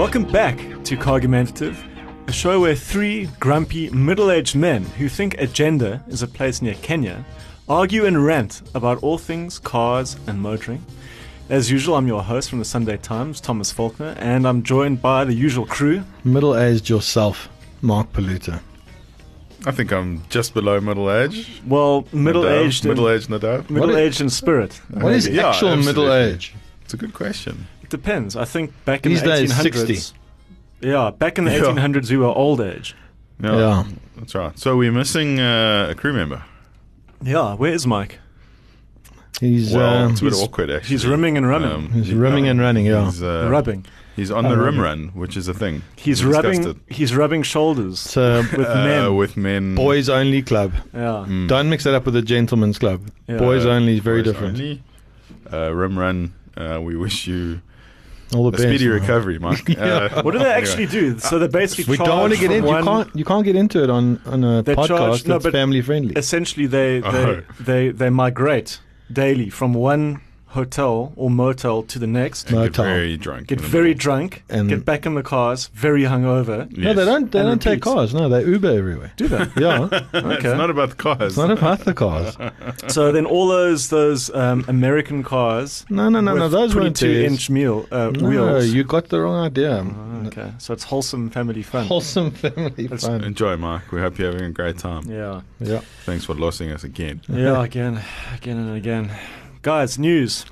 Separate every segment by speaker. Speaker 1: Welcome back to Cargumentative, a show where three grumpy middle aged men who think Agenda is a place near Kenya argue and rant about all things cars and motoring. As usual, I'm your host from the Sunday Times, Thomas Faulkner, and I'm joined by the usual crew.
Speaker 2: Middle aged yourself, Mark Paluta.
Speaker 3: I think I'm just below middle age.
Speaker 1: Well, middle aged,
Speaker 3: Middle aged Nadav.
Speaker 1: middle aged in spirit.
Speaker 2: What is
Speaker 3: Yeah,
Speaker 2: actual middle
Speaker 3: absolutely.
Speaker 2: age?
Speaker 3: It's a good question.
Speaker 1: It depends. I think back in
Speaker 2: These
Speaker 1: the
Speaker 2: days,
Speaker 1: 1800s.
Speaker 2: 60.
Speaker 1: Yeah, back in the
Speaker 3: Yeah.
Speaker 1: 1800s, we were old age.
Speaker 3: No,
Speaker 2: Yeah.
Speaker 3: That's right. So we're missing uh, a crew member.
Speaker 1: Yeah, where is Mike?
Speaker 2: He's,
Speaker 3: Well,
Speaker 2: um,
Speaker 3: it's a bit
Speaker 1: he's-
Speaker 3: awkward, actually. Um,
Speaker 1: He's rimming and rumming.
Speaker 2: He's rimming and running, yeah.
Speaker 3: He's, uh,
Speaker 1: rubbing.
Speaker 3: he's on
Speaker 2: Oh,
Speaker 3: the rim
Speaker 2: rubbing.
Speaker 3: run, which is a thing.
Speaker 1: He's
Speaker 3: We discussed
Speaker 1: rubbing. He's rubbing shoulders
Speaker 2: it's a
Speaker 1: with
Speaker 3: it. Uh,
Speaker 1: men.
Speaker 3: with men.
Speaker 2: boys only club.
Speaker 1: yeah.
Speaker 3: Mm.
Speaker 2: Don't mix that up with a gentleman's club.
Speaker 1: Hmm. Yeah.
Speaker 2: Boys
Speaker 3: Uh,
Speaker 2: only is very
Speaker 3: boys
Speaker 2: different.
Speaker 3: only. Uh, rim run. Uh, we wish you
Speaker 2: All the
Speaker 3: a
Speaker 2: best.
Speaker 3: speedy
Speaker 2: man.
Speaker 3: recovery, Mike. Uh,
Speaker 1: What do they
Speaker 3: anyway.
Speaker 1: actually do? So they basically
Speaker 2: Oh, We don't want to
Speaker 1: charge
Speaker 2: get
Speaker 1: for
Speaker 2: into you
Speaker 1: one-
Speaker 2: can't you can't get into it on on a
Speaker 1: They
Speaker 2: podcast
Speaker 1: charge- no,
Speaker 2: that's
Speaker 1: but-
Speaker 2: family friendly.
Speaker 1: Essentially, they they,
Speaker 3: Oh.
Speaker 1: they they migrate daily from one hotel or motel to the next.
Speaker 3: And
Speaker 2: No
Speaker 3: get
Speaker 2: towel.
Speaker 3: very drunk.
Speaker 1: Get
Speaker 3: in the
Speaker 1: very
Speaker 3: morning.
Speaker 1: drunk.
Speaker 2: And-
Speaker 1: get back in the cars. Very hungover.
Speaker 2: No, they
Speaker 3: Yes.
Speaker 2: don't they
Speaker 1: And
Speaker 2: don't take
Speaker 1: repeat.
Speaker 2: cars. No, they Uber everywhere.
Speaker 1: Do they?
Speaker 2: Yeah,
Speaker 3: It's
Speaker 1: Okay.
Speaker 3: not about the cars.
Speaker 2: it's not about the cars.
Speaker 1: so then all those those um, American cars.
Speaker 2: No, no, no, no.
Speaker 1: with
Speaker 2: Those weren't theirs.
Speaker 1: inch meal uh,
Speaker 2: No,
Speaker 1: wheels.
Speaker 2: you got the wrong idea.
Speaker 1: Ah, okay, so it's wholesome family fun.
Speaker 2: Wholesome family
Speaker 1: That's-
Speaker 2: fun.
Speaker 3: Enjoy, Mark. We hope you're having a great time.
Speaker 1: Yeah,
Speaker 2: Yeah.
Speaker 3: Thanks for losing us again.
Speaker 1: yeah, again, again and again. Guys, news.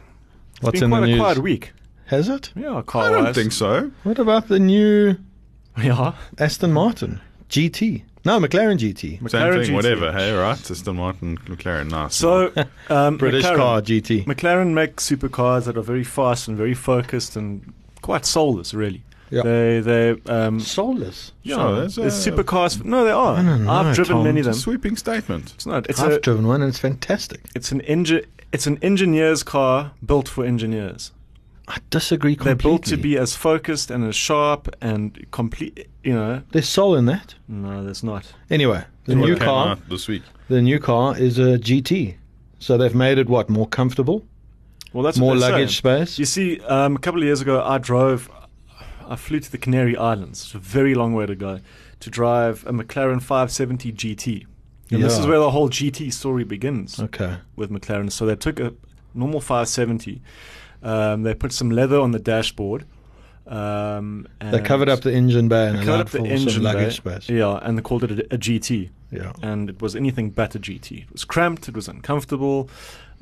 Speaker 1: It's
Speaker 2: What's
Speaker 1: been
Speaker 2: in
Speaker 1: quite
Speaker 2: the
Speaker 1: a
Speaker 2: news?
Speaker 1: quiet week.
Speaker 2: Has it?
Speaker 1: Yeah, car
Speaker 3: I don't think so.
Speaker 2: What about the new
Speaker 1: Yeah,
Speaker 2: Aston Martin GT? No, McLaren GT.
Speaker 3: Same
Speaker 1: McLaren
Speaker 3: thing,
Speaker 1: GT.
Speaker 3: whatever. Hey, right? Aston Martin, McLaren, nice.
Speaker 1: So um,
Speaker 2: British
Speaker 1: McLaren,
Speaker 2: car GT.
Speaker 1: McLaren make supercars that are very fast and very focused and quite soulless, really.
Speaker 2: Yeah.
Speaker 1: They they um,
Speaker 2: Soulless.
Speaker 1: yeah,
Speaker 3: Sure, that's
Speaker 1: they're
Speaker 3: a-
Speaker 1: supercars. No, they are.
Speaker 2: I don't know,
Speaker 1: have driven
Speaker 2: Tom,
Speaker 1: many of them.
Speaker 3: It's a sweeping statement.
Speaker 1: It's not. It's
Speaker 2: I've
Speaker 1: a,
Speaker 2: driven one and it's fantastic.
Speaker 1: it's an engi- It's an engineer's car built for engineers.
Speaker 2: I disagree
Speaker 1: They're
Speaker 2: completely.
Speaker 1: built to be as focused and as sharp and complete. You know,
Speaker 2: There's soul in that.
Speaker 1: no, there's not.
Speaker 2: Anyway, the
Speaker 3: What
Speaker 2: new
Speaker 3: came
Speaker 2: car,
Speaker 3: out this week.
Speaker 2: the new car is a GT, so they've made it what more comfortable,
Speaker 1: Well, that's
Speaker 2: more
Speaker 1: what they're
Speaker 2: luggage
Speaker 1: saying.
Speaker 2: space.
Speaker 1: You see, um, a couple of years ago, I drove. I flew to the Canary Islands. It's a very long way to go to drive a McLaren 570 GT, and this
Speaker 2: Yeah.
Speaker 1: is where the whole GT story begins
Speaker 2: Okay.
Speaker 1: with McLaren. So they took a normal 570, um, they put some leather on the dashboard. Um,
Speaker 2: They
Speaker 1: and
Speaker 2: covered up the engine bay and
Speaker 1: covered
Speaker 2: allowed
Speaker 1: up the
Speaker 2: for
Speaker 1: engine
Speaker 2: some luggage
Speaker 1: bay.
Speaker 2: space.
Speaker 1: Yeah, and they called it a, a GT
Speaker 2: Yeah.
Speaker 1: and it was anything but a GT. It was cramped. It was uncomfortable.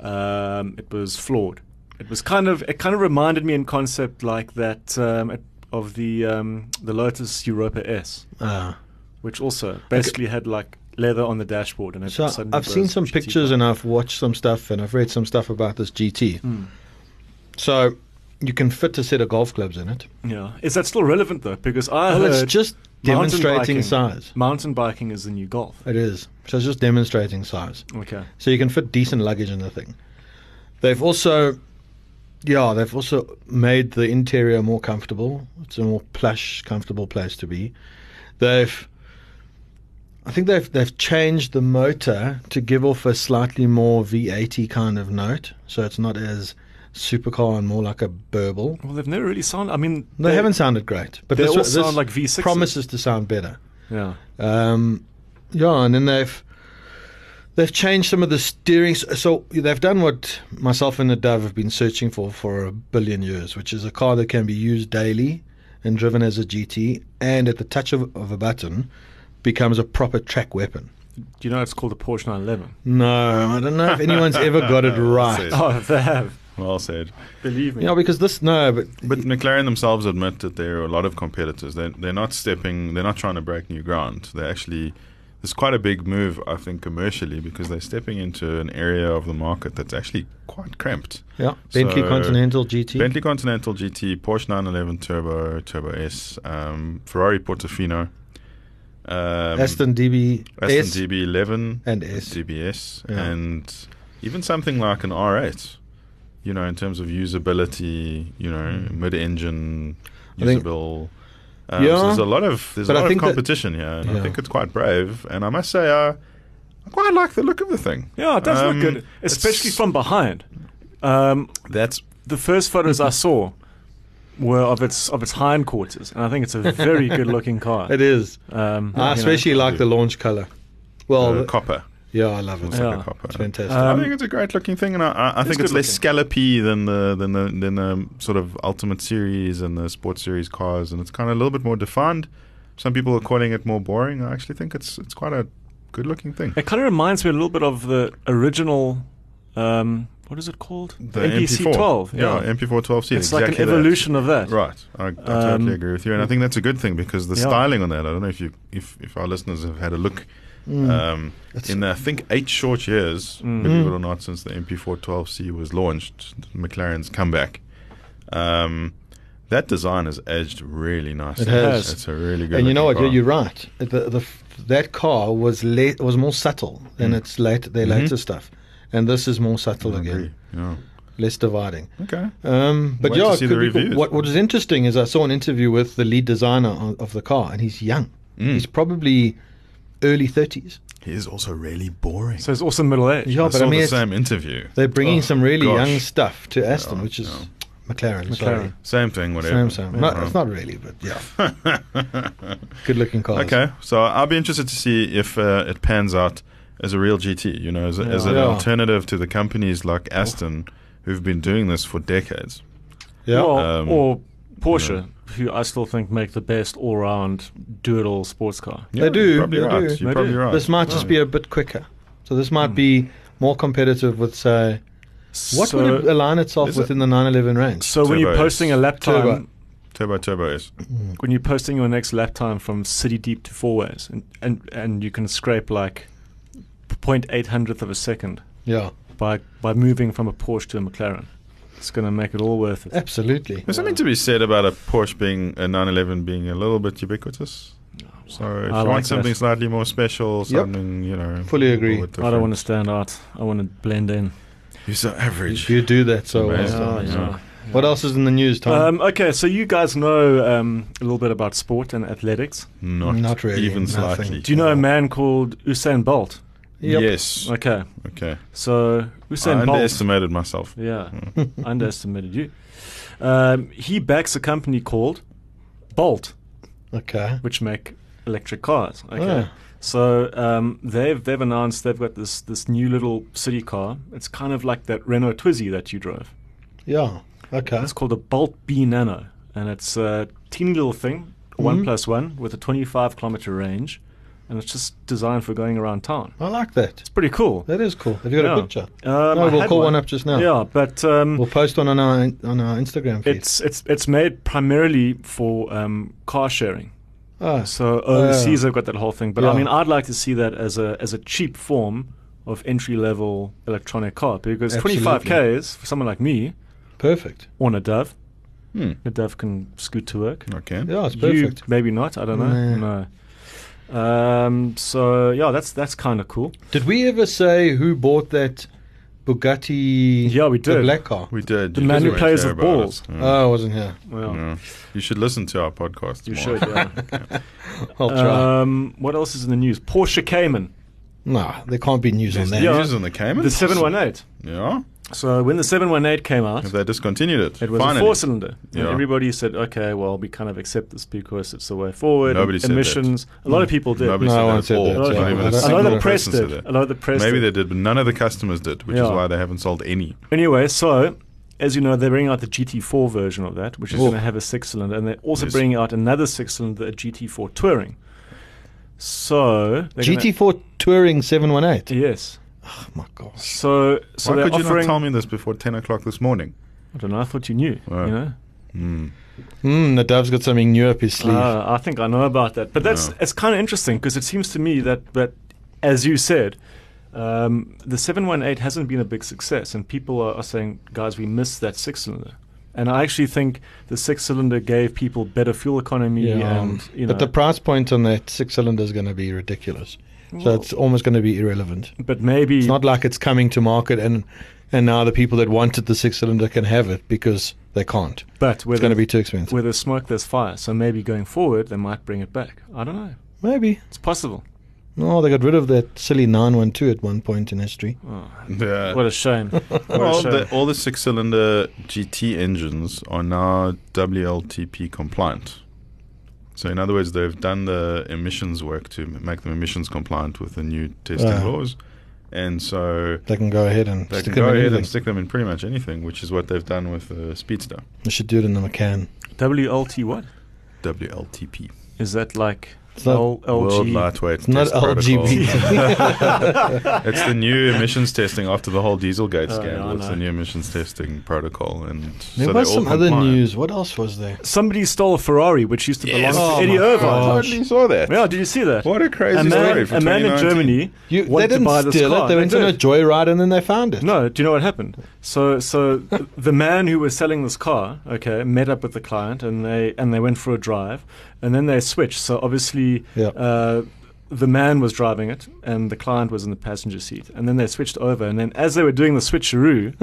Speaker 1: Um, it was flawed. It was kind of it kind of reminded me in concept like that um, it, of the um, the Lotus Europa S,
Speaker 2: Ah.
Speaker 1: which also basically had like leather on the dashboard. And it
Speaker 2: So
Speaker 1: suddenly
Speaker 2: I've seen
Speaker 1: was a
Speaker 2: some
Speaker 1: GT
Speaker 2: pictures
Speaker 1: bike.
Speaker 2: and I've watched some stuff and I've read some stuff about this GT.
Speaker 1: Hmm.
Speaker 2: So you can fit a set of golf clubs in it.
Speaker 1: yeah, is that still relevant though? Because I
Speaker 2: Well,
Speaker 1: heard
Speaker 2: Oh, it's just
Speaker 1: mountain
Speaker 2: demonstrating
Speaker 1: biking-
Speaker 2: size.
Speaker 1: Mountain biking is the new golf.
Speaker 2: It is. So it's just demonstrating size.
Speaker 1: Okay.
Speaker 2: So you can fit decent luggage in the thing. They've also, yeah, they've also made the interior more comfortable. It's a more plush, comfortable place to be. They've, I think they've they've changed the motor to give off a slightly more V80 kind of note, so it's not as supercar and more like a burble.
Speaker 1: Well, they've never really sound. I mean,
Speaker 2: They, haven't sounded great, but
Speaker 1: they
Speaker 2: this,
Speaker 1: all
Speaker 2: this
Speaker 1: sound like V6s.
Speaker 2: promises to sound better.
Speaker 1: Yeah.
Speaker 2: Um, yeah, and then they've they've changed some of the steering. s- So they've done what myself and the Dove have been searching for for a billion years, which is a car that can be used daily and driven as a GT, and at the touch of, of a button, becomes a proper track weapon.
Speaker 1: Do you know it's called the Porsche 911?
Speaker 2: No, I don't know if anyone's ever got it right.
Speaker 3: Says-
Speaker 1: Oh, they have.
Speaker 3: Well said.
Speaker 1: Believe me.
Speaker 2: You know, because this no, but
Speaker 3: But McLaren themselves admit that there are a lot of competitors. They're, they're not stepping, they're not trying to break new ground. They're actually, there's quite a big move, I think, commercially, because they're stepping into an area of the market that's actually quite cramped.
Speaker 2: yeah, Bentley
Speaker 3: So-
Speaker 2: Continental GT.
Speaker 3: Bentley Continental GT, Porsche 911 Turbo, Turbo S, um, Ferrari Portofino, um,
Speaker 2: Aston DB,
Speaker 3: Aston
Speaker 2: S,
Speaker 3: DB11
Speaker 2: and S.
Speaker 3: DBS,
Speaker 2: Yeah.
Speaker 3: and even something like an R8. You know, in terms of usability, you know, mid-engine,
Speaker 2: Hmm. I think-
Speaker 3: usable. Um,
Speaker 2: Yeah.
Speaker 3: so there's a lot of there's
Speaker 2: But
Speaker 3: a
Speaker 2: I
Speaker 3: lot
Speaker 2: think
Speaker 3: of
Speaker 2: that-
Speaker 3: competition here, and
Speaker 2: Yeah.
Speaker 3: I think it's quite brave. And I must say, I I quite like the look of the thing.
Speaker 1: Yeah, it does
Speaker 3: Um,
Speaker 1: look good, especially
Speaker 3: it's-
Speaker 1: from behind. Um,
Speaker 3: That's
Speaker 1: the first photos I saw were of its of its hindquarters, and I think it's a very good looking car.
Speaker 2: It is.
Speaker 1: Um, you
Speaker 2: I
Speaker 1: know.
Speaker 2: especially like the launch color. Well,
Speaker 3: uh,
Speaker 2: the-
Speaker 3: copper.
Speaker 2: yeah, I love it.
Speaker 3: It's like
Speaker 1: Yeah.
Speaker 3: a copper.
Speaker 2: It's fantastic.
Speaker 1: Uh,
Speaker 3: I
Speaker 1: Um,
Speaker 3: think it's a great looking thing, and I, I, I think
Speaker 1: good
Speaker 3: it's less scallopy than the than the than the sort of Ultimate Series and the Sports Series cars, and it's kind of a little bit more defined. Some people are calling it more boring. I actually think it's it's quite a good looking thing.
Speaker 1: It kind of reminds me a little bit of the original. Um, what is it called?
Speaker 3: The
Speaker 1: MPC 12.
Speaker 3: yeah, MP4 12C.
Speaker 1: it's like an
Speaker 3: exactly that.
Speaker 1: evolution of that.
Speaker 3: Right, I, I
Speaker 1: Um,
Speaker 3: totally agree with you, and I think that's a good thing because the
Speaker 1: Yeah.
Speaker 3: styling on that. I don't know if you if if our listeners have had a look. Um,
Speaker 2: It's-
Speaker 3: in I think eight short years,
Speaker 1: Mm.
Speaker 3: believe it
Speaker 2: Mm.
Speaker 3: or not, since the MP4 12C was launched, McLaren's comeback. Um, that design has aged really nicely.
Speaker 2: It has.
Speaker 3: It's a really good.
Speaker 2: and you know what?
Speaker 3: looking
Speaker 2: You're, you're
Speaker 3: car.
Speaker 2: right. The, the, f- that car was late, was more subtle than
Speaker 3: Mm.
Speaker 2: its late, their
Speaker 3: Mhm.
Speaker 2: later stuff, and this is more subtle
Speaker 3: I
Speaker 2: again,
Speaker 3: agree. Yeah.
Speaker 2: less dividing.
Speaker 3: Okay.
Speaker 2: Um, but
Speaker 3: Wait to
Speaker 2: yeah, it
Speaker 3: see
Speaker 2: could
Speaker 3: the
Speaker 2: be cool.
Speaker 3: reviews.
Speaker 2: what what is interesting is I saw an interview with the lead designer o- of the car, and he's young.
Speaker 3: Mm.
Speaker 2: He's probably early thirties.
Speaker 3: He is also really boring.
Speaker 1: So it's also middle aged.
Speaker 2: Yeah,
Speaker 3: I
Speaker 2: but
Speaker 3: saw
Speaker 2: I mean,
Speaker 3: the
Speaker 2: it's,
Speaker 3: same interview.
Speaker 2: they're bringing
Speaker 3: Oh,
Speaker 2: some really
Speaker 3: gosh.
Speaker 2: young stuff to Aston,
Speaker 3: Yeah,
Speaker 2: which is
Speaker 3: yeah.
Speaker 2: McLaren. Sorry.
Speaker 1: McLaren.
Speaker 3: Same thing, whatever.
Speaker 2: Same, same. Not, It's not really, but yeah, good looking cars.
Speaker 3: Okay, so I'll be interested to see if uh, it pans out as a real GT, you know, as, a, as an
Speaker 2: Yeah. Oh.
Speaker 3: alternative to the companies like Aston who've been doing this for decades.
Speaker 2: Yeah.
Speaker 1: Well,
Speaker 3: Um,
Speaker 1: or Porsche, who I still think make the best all round do it all sports car.
Speaker 3: Yeah,
Speaker 2: do,
Speaker 3: You're probably
Speaker 2: they
Speaker 3: right.
Speaker 2: do.
Speaker 3: You're
Speaker 1: They
Speaker 3: probably
Speaker 1: do.
Speaker 3: right.
Speaker 2: This might just be a bit quicker. So this might be more competitive with, say, what
Speaker 1: Hmm. so,
Speaker 2: would uh, it align itself
Speaker 3: is it-
Speaker 2: within the 911 range?
Speaker 1: so when you're
Speaker 3: Turbo.
Speaker 1: posting a lap time,
Speaker 2: Turbo.
Speaker 3: turbo turbo is.
Speaker 2: Mm. Hmm.
Speaker 1: when you're posting your next lap time from city deep to four ways, and, and, and you can scrape like 0.8 hundredth of a second
Speaker 2: Yeah,
Speaker 1: by, by moving from a Porsche to a McLaren, it's going to make it all worth it.
Speaker 2: absolutely.
Speaker 3: There's something to be said about a Porsche being a 911 being a little bit ubiquitous. So if
Speaker 1: I
Speaker 3: you
Speaker 1: like
Speaker 3: want
Speaker 1: that.
Speaker 3: something slightly more special, something you know,
Speaker 2: Fully agree.
Speaker 1: I don't want to stand out. I want to blend in.
Speaker 3: You're so average.
Speaker 2: You do that so uh, well.
Speaker 3: Amazing.
Speaker 1: Yeah,
Speaker 3: yeah.
Speaker 1: yeah.
Speaker 2: What else is in the news, Tom?
Speaker 1: Um, okay, so you guys know um, a little bit about sport and athletics.
Speaker 3: Not,
Speaker 2: Not really,
Speaker 3: Even
Speaker 2: nothing.
Speaker 3: slightly.
Speaker 1: Do you know a man called Usain Bolt?
Speaker 2: Yep.
Speaker 3: Yes.
Speaker 1: Okay,
Speaker 3: Okay.
Speaker 1: so
Speaker 3: I
Speaker 1: Usain Bolt.
Speaker 3: underestimated myself. Hmm.
Speaker 1: Yeah, underestimated you. Um, he backs a company called Bolt,
Speaker 2: Okay.
Speaker 1: which make electric cars. Okay,
Speaker 2: Ah.
Speaker 1: so um, they've they've announced they've got this this new little city car. It's kind of like that Renault Twizy that you drove.
Speaker 2: Yeah. Okay.
Speaker 1: It's called a Bolt B Nano, and it's a teeny little thing, one
Speaker 2: Mhm.
Speaker 1: plus one, with a 25 kilometer range, and it's just designed for going around town.
Speaker 2: I like that.
Speaker 1: It's pretty cool.
Speaker 2: That is cool. Have you got
Speaker 1: Yeah.
Speaker 2: a picture?
Speaker 1: Um,
Speaker 2: no,
Speaker 1: I
Speaker 2: we'll
Speaker 1: had
Speaker 2: call one. up just now.
Speaker 1: Yeah, but um,
Speaker 2: We'll post one on our on our Instagram feed.
Speaker 1: it's it's it's made primarily for um, car sharing.
Speaker 2: Ah,
Speaker 1: Uh, So
Speaker 2: Oh, yeah.
Speaker 1: overseas, they've got that whole thing. But I
Speaker 2: Yeah.
Speaker 1: mean, I'd like to see that as a as a cheap form of entry level electronic car because 25
Speaker 2: Absolutely.
Speaker 1: k's for someone like me
Speaker 2: perfect.
Speaker 1: on a Dove,
Speaker 3: Hmm.
Speaker 1: a Dove can scoot to work.
Speaker 3: Okay.
Speaker 2: Yeah, it's
Speaker 1: You,
Speaker 2: perfect.
Speaker 1: maybe not. I don't
Speaker 2: Nah.
Speaker 1: know. No. Um, so yeah, that's that's kind of cool.
Speaker 2: Did we ever say who bought that Bugatti?
Speaker 1: Yeah, we
Speaker 2: The
Speaker 1: did.
Speaker 2: black car.
Speaker 3: We did.
Speaker 1: The
Speaker 3: You
Speaker 1: man
Speaker 3: guys
Speaker 1: who
Speaker 3: don't
Speaker 1: plays
Speaker 3: care
Speaker 1: with
Speaker 3: about it.
Speaker 1: balls.
Speaker 3: Yeah.
Speaker 2: Oh, I wasn't here.
Speaker 1: Well,
Speaker 3: Yeah. You should listen to our podcast.
Speaker 1: you
Speaker 3: more.
Speaker 1: should. Yeah.
Speaker 2: I'll try.
Speaker 1: um, what else is in the news? Porsche Cayman,
Speaker 2: nah, there can't be news on
Speaker 3: There's
Speaker 2: that.
Speaker 1: Yeah.
Speaker 3: news on the Cayman.
Speaker 1: the 718.
Speaker 3: Yeah.
Speaker 1: So when the 718 came out,
Speaker 3: Have they discontinued it?
Speaker 1: it was
Speaker 3: Finally.
Speaker 1: a four-cylinder, and
Speaker 3: Yeah.
Speaker 1: everybody said, "Okay, well, we kind of accept this because it's the way forward."
Speaker 3: Nobody said that. Mm.
Speaker 1: emissions. A lot of people did.
Speaker 3: Nobody
Speaker 2: No,
Speaker 3: said
Speaker 2: I
Speaker 3: that
Speaker 2: won't
Speaker 3: at
Speaker 2: say
Speaker 3: all.
Speaker 2: that.
Speaker 1: a lot of
Speaker 3: Not
Speaker 2: Yeah.
Speaker 3: even
Speaker 1: people-
Speaker 3: a
Speaker 2: I
Speaker 1: a
Speaker 3: single
Speaker 1: lot of the press
Speaker 3: person said
Speaker 1: did.
Speaker 3: that.
Speaker 1: A lot of the press
Speaker 3: Maybe
Speaker 1: did.
Speaker 3: they did, but none of the customers did, which
Speaker 1: Yeah.
Speaker 3: is why they haven't sold any.
Speaker 1: Anyway, so as you know, they're bringing out the GT4 version of that, which is
Speaker 2: Oh.
Speaker 1: going to have a six cylinder, and they're also
Speaker 3: Yes.
Speaker 1: bringing out another six cylinder, a GT4 Touring. So they're gonna-
Speaker 2: GT4 Touring 718.
Speaker 1: yes.
Speaker 2: Oh my gosh.
Speaker 1: So so
Speaker 3: why
Speaker 1: they're
Speaker 3: could you
Speaker 1: offering.
Speaker 3: not tell me this before ten o'clock this morning?
Speaker 1: I don't know. I thought you knew.
Speaker 3: Wow.
Speaker 1: You know.
Speaker 3: Mm.
Speaker 2: Mm, the Dove's got something new up his sleeve.
Speaker 1: Ah, I think I know about that, but that's
Speaker 3: Yeah.
Speaker 1: it's kind of interesting because it seems to me that that as you said. Um, the 718 hasn't been a big success, and people are, are saying, guys, we missed that six cylinder. And I actually think the six cylinder gave people better fuel economy. and you know,
Speaker 2: um, but the price point on that six cylinder is going to be ridiculous. So it's almost going to be irrelevant.
Speaker 1: But maybe
Speaker 2: It's not like it's coming to market and and now the people that wanted the six cylinder can have it because they can't.
Speaker 1: but
Speaker 2: It's
Speaker 1: with
Speaker 2: going to be too expensive.
Speaker 1: with a smoke there's fire. So maybe going forward they might bring it back. I don't know.
Speaker 2: Maybe.
Speaker 1: It's possible.
Speaker 2: No, they got rid of that silly 912 at one point in history.
Speaker 1: Oh,
Speaker 3: Yeah.
Speaker 1: what a shame. What a
Speaker 3: Well,
Speaker 1: shame.
Speaker 3: the, all the six-cylinder GT engines are now WLTP compliant. So, in other words, they've done the emissions work to m- make them emissions compliant with the new testing
Speaker 2: Ah.
Speaker 3: laws, and so
Speaker 2: They can go ahead and
Speaker 3: they
Speaker 2: stick
Speaker 3: can go
Speaker 2: them in
Speaker 3: ahead and
Speaker 2: anything.
Speaker 3: stick them in pretty much anything, which is what they've done with the Speedster
Speaker 2: They should do it in the McCann.
Speaker 1: WLT what?
Speaker 3: WLTP.
Speaker 1: Is that like
Speaker 2: It's not-
Speaker 1: L-
Speaker 3: World
Speaker 1: LG?
Speaker 3: Lightweight
Speaker 2: It's not
Speaker 3: Test Protocol.
Speaker 2: LGBT.
Speaker 3: it's the new emissions testing after the whole Dieselgate
Speaker 1: Oh, yeah,
Speaker 3: scandal.
Speaker 1: I
Speaker 3: it's the
Speaker 1: know.
Speaker 3: new emissions testing protocol, and
Speaker 2: There
Speaker 3: so
Speaker 2: was
Speaker 3: they're
Speaker 2: some
Speaker 3: all
Speaker 2: other
Speaker 3: compliant.
Speaker 2: news. What else was there?
Speaker 1: Somebody stole a Ferrari, which used to belong
Speaker 3: Yes.
Speaker 2: Oh
Speaker 1: to Eddie
Speaker 2: my
Speaker 1: Irvine.
Speaker 2: God.
Speaker 3: I totally saw that.
Speaker 1: Yeah, did you see that?
Speaker 3: What a crazy
Speaker 1: a man,
Speaker 3: story for
Speaker 1: a man in
Speaker 3: 2019.
Speaker 1: Germany.
Speaker 2: You, they
Speaker 1: wanted to
Speaker 2: didn't
Speaker 1: buy this
Speaker 2: steal
Speaker 1: car.
Speaker 2: it. They went on a
Speaker 1: did.
Speaker 2: joyride and then they found it.
Speaker 1: No, do you know what happened? So, so the man who was selling this car, okay, met up with the client, and they and they went for a drive, and then they switched. So obviously,
Speaker 2: Yeah.
Speaker 1: uh, the man was driving it, and the client was in the passenger seat, and then they switched over, and then as they were doing the switcheroo,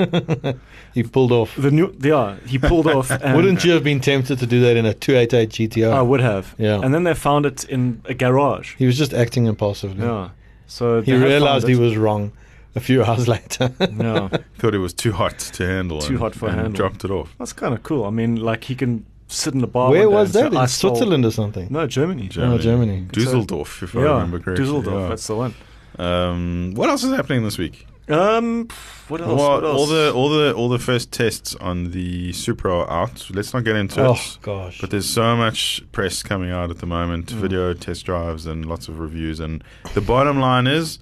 Speaker 2: He pulled off.
Speaker 1: the new yeah, he pulled off. And
Speaker 2: Wouldn't you have been tempted to do that in a 288 GTR?
Speaker 1: I would have.
Speaker 2: Oh. Yeah.
Speaker 1: And then they found it in a garage.
Speaker 2: He was just acting impulsively.
Speaker 1: Yeah. So
Speaker 2: He
Speaker 1: they have
Speaker 2: realized
Speaker 1: found
Speaker 2: he
Speaker 1: it.
Speaker 2: was wrong a few hours later.
Speaker 1: Yeah.
Speaker 3: Thought it was too hot to handle.
Speaker 1: Too
Speaker 3: and-
Speaker 1: hot for
Speaker 3: and
Speaker 1: handle.
Speaker 3: Dropped it off.
Speaker 1: That's kind of cool. I mean, like he can sit in the bar.
Speaker 2: Where
Speaker 1: one day
Speaker 2: was
Speaker 1: and say,
Speaker 2: that?
Speaker 1: "I
Speaker 2: In
Speaker 1: stole-"
Speaker 2: Switzerland or something?
Speaker 1: No, Germany.
Speaker 3: Germany.
Speaker 2: Germany.
Speaker 3: Dusseldorf, if I
Speaker 1: yeah,
Speaker 3: remember correctly.
Speaker 1: Dusseldorf.
Speaker 3: yeah.
Speaker 1: That's the one.
Speaker 3: Um, what else is happening this week?
Speaker 1: Um, pff, what else?
Speaker 3: Well,
Speaker 1: what else?
Speaker 3: all the all the all the first tests on the Supra are out. Let's not get into
Speaker 2: Oh
Speaker 3: it.
Speaker 2: gosh!
Speaker 3: But there's so much press coming out at the moment,
Speaker 1: Mm.
Speaker 3: video test drives and lots of reviews. And the bottom line is,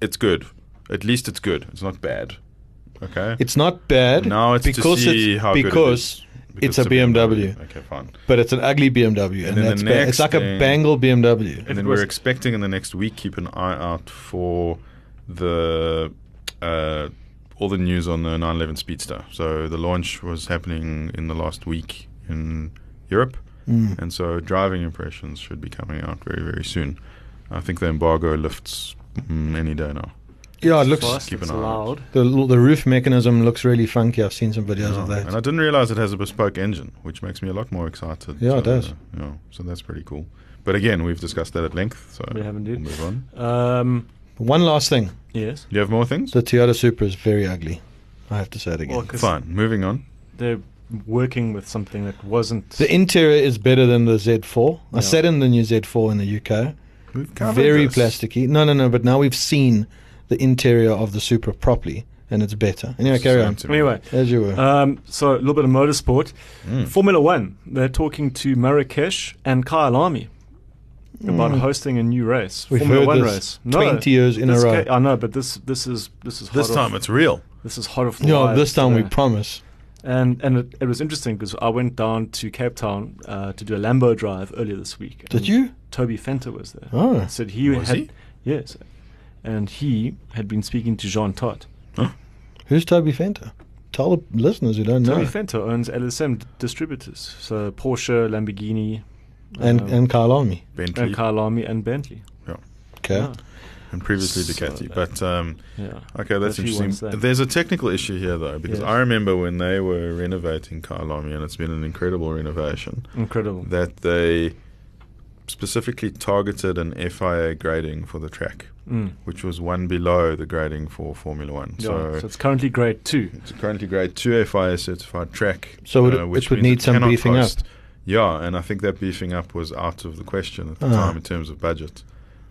Speaker 3: it's good. At least it's good. It's not bad. Okay.
Speaker 2: it's not bad.
Speaker 3: now it's
Speaker 2: because
Speaker 3: to see
Speaker 2: it's
Speaker 3: how good it
Speaker 2: because,
Speaker 3: is.
Speaker 2: it's a BMW.
Speaker 3: Okay, fine.
Speaker 2: but it's an ugly BMW, and,
Speaker 3: then the
Speaker 2: that's bad.
Speaker 3: next
Speaker 2: It's like a
Speaker 3: thing-
Speaker 2: bangle BMW.
Speaker 3: And then
Speaker 1: was-
Speaker 3: we're expecting in the next week. Keep an eye out for the uh, all the news on the 911 Speedster. So the launch was happening in the last week in Europe,
Speaker 2: Mm.
Speaker 3: and so driving impressions should be coming out very very soon. I think the embargo lifts mm, any day now.
Speaker 2: Yeah, it looks
Speaker 1: Fast,
Speaker 3: keep
Speaker 1: it's
Speaker 3: an eye on
Speaker 1: loud.
Speaker 2: the the roof mechanism looks really funky. I've seen some videos of that.
Speaker 3: Oh, And I didn't realize it has a bespoke engine, which makes me a lot more excited.
Speaker 2: Yeah, it
Speaker 3: So,
Speaker 2: does.
Speaker 3: yeah, so that's pretty cool. But again, we've discussed that at length. So
Speaker 1: We have indeed.
Speaker 3: we'll move on.
Speaker 1: Um,
Speaker 2: One last thing:
Speaker 1: yes.
Speaker 3: Do you have more things?
Speaker 2: the Toyota Supra is very ugly. I have to say it again.
Speaker 1: Well, 'cause
Speaker 3: Fine. Moving on.
Speaker 1: They're working with something that wasn't.
Speaker 2: the interior is better than the Z4. I
Speaker 1: Yeah.
Speaker 2: sat in the new Z4 in the UK.
Speaker 3: We've covered
Speaker 2: very
Speaker 3: this.
Speaker 2: plasticky. No, no, no. But now we've seen the interior of the Supra properly, and it's better. Anyway,
Speaker 3: It's the
Speaker 2: carry
Speaker 3: same
Speaker 2: on.
Speaker 3: to me.
Speaker 1: anyway,
Speaker 2: As you were.
Speaker 1: um, so a little bit of motorsport.
Speaker 3: Mm.
Speaker 1: Formula One. They're talking to Marrakesh and Kyalami about
Speaker 2: Mm.
Speaker 1: hosting a new race.
Speaker 2: We've
Speaker 1: Formula
Speaker 2: heard
Speaker 1: One
Speaker 2: this
Speaker 1: race.
Speaker 2: 20 years in a
Speaker 1: this
Speaker 2: row.
Speaker 1: ca- I know, but this this is this is
Speaker 3: This
Speaker 1: hot
Speaker 3: time
Speaker 1: off,
Speaker 3: it's real.
Speaker 1: this is hot off the
Speaker 2: no,
Speaker 1: wires
Speaker 2: this time we
Speaker 1: today.
Speaker 2: promise.
Speaker 1: And and it, it was interesting because I went down to Cape Town uh, to do a Lambo drive earlier this week.
Speaker 2: Did
Speaker 1: and
Speaker 2: you?
Speaker 1: Toby Fenter was there.
Speaker 2: Oh.
Speaker 1: said he
Speaker 3: Was
Speaker 1: had
Speaker 3: he?
Speaker 1: yes, and he had been speaking to Jean Todt.
Speaker 2: Who's Toby Fenter? Tell the listeners who don't know.
Speaker 1: Toby Fenter owns LSM d- distributors, so Porsche, Lamborghini,
Speaker 2: and
Speaker 1: um,
Speaker 2: and Kyle Army.
Speaker 3: Bentley
Speaker 1: and Carlami and Bentley.
Speaker 2: Okay.
Speaker 1: Yeah.
Speaker 3: and previously
Speaker 1: So
Speaker 3: Ducati.
Speaker 1: that-
Speaker 3: But um,
Speaker 1: yeah.
Speaker 3: okay,
Speaker 1: There's
Speaker 3: that's
Speaker 1: a few ones there.
Speaker 3: interesting. There's a technical issue here though, because
Speaker 1: Yes.
Speaker 3: I remember when they were renovating Kailami, and it's been an incredible renovation.
Speaker 1: Incredible.
Speaker 3: That they specifically targeted an FIA grading for the track,
Speaker 1: Mm.
Speaker 3: which was one below the grading for Formula One.
Speaker 1: Yeah,
Speaker 3: So,
Speaker 1: so, it's currently grade two.
Speaker 3: it's currently grade two FIA certified track. uh,
Speaker 2: So it- it
Speaker 3: which
Speaker 2: would
Speaker 3: means
Speaker 2: need some
Speaker 3: cannot
Speaker 2: beefing up.
Speaker 3: Yeah, and I think that beefing up was out of the question at the
Speaker 2: Ah.
Speaker 3: time in terms of budget.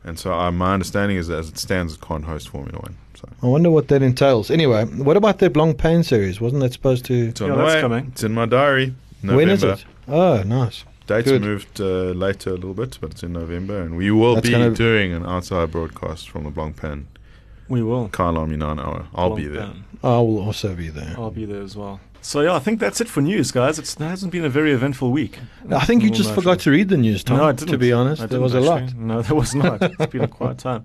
Speaker 3: And so uh, my understanding is that as it stands, it can't host Formula One. So
Speaker 2: I wonder what that entails. Anyway, what about their Blanc Pain series? Wasn't that supposed to?
Speaker 3: it's on
Speaker 1: Yeah,
Speaker 3: the
Speaker 1: that's
Speaker 3: way.
Speaker 1: coming.
Speaker 3: It's in my diary. November.
Speaker 2: When is it? Oh, nice.
Speaker 3: Dates
Speaker 2: Good.
Speaker 3: moved uh, later a little bit, but it's in November, and we will
Speaker 2: That's
Speaker 3: be
Speaker 2: gonna-
Speaker 3: doing an outside broadcast from the Blancpain
Speaker 1: We will.
Speaker 3: Kyle Army nine hour. I'll be
Speaker 1: Long
Speaker 3: there.
Speaker 1: down.
Speaker 2: I will also be there.
Speaker 1: I'll be there as well. So yeah, I think that's it for news, guys. It's, it hasn't been a very eventful week.
Speaker 2: I think you just
Speaker 1: Well,
Speaker 2: forgot to read the news, Tom.
Speaker 1: No, I didn't.
Speaker 2: To be honest,
Speaker 1: I
Speaker 2: there
Speaker 1: didn't
Speaker 2: was a lot.
Speaker 1: actually. No, there was not. It's been a quiet time.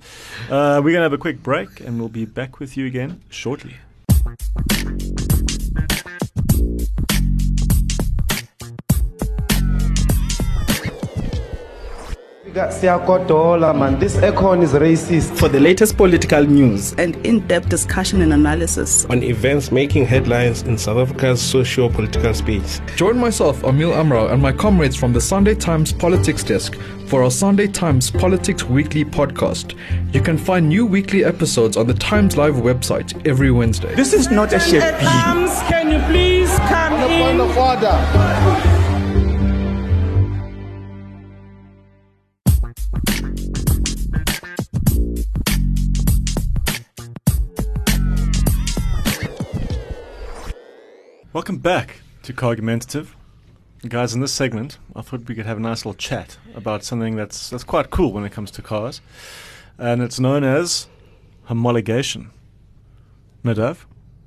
Speaker 1: Uh, we're going to have a quick break, and we'll be back with you again shortly.
Speaker 4: Nigga, siyakodola, man. This econ is racist.
Speaker 5: for the latest political news
Speaker 6: and in-depth discussion and analysis.
Speaker 7: on events making headlines in South Africa's socio-political space.
Speaker 8: Join myself, Amil Amra, and my comrades from the Sunday Times Politics Desk for our Sunday Times Politics Weekly podcast. You can find new weekly episodes on the Times Live website every Wednesday.
Speaker 5: This is not a shape B.
Speaker 4: Can you please come in?
Speaker 1: Welcome back to Cargumentative. Guys, in this segment, I thought we could have a nice little chat about something that's that's quite cool when it comes to cars. And it's known as homologation. Nadav?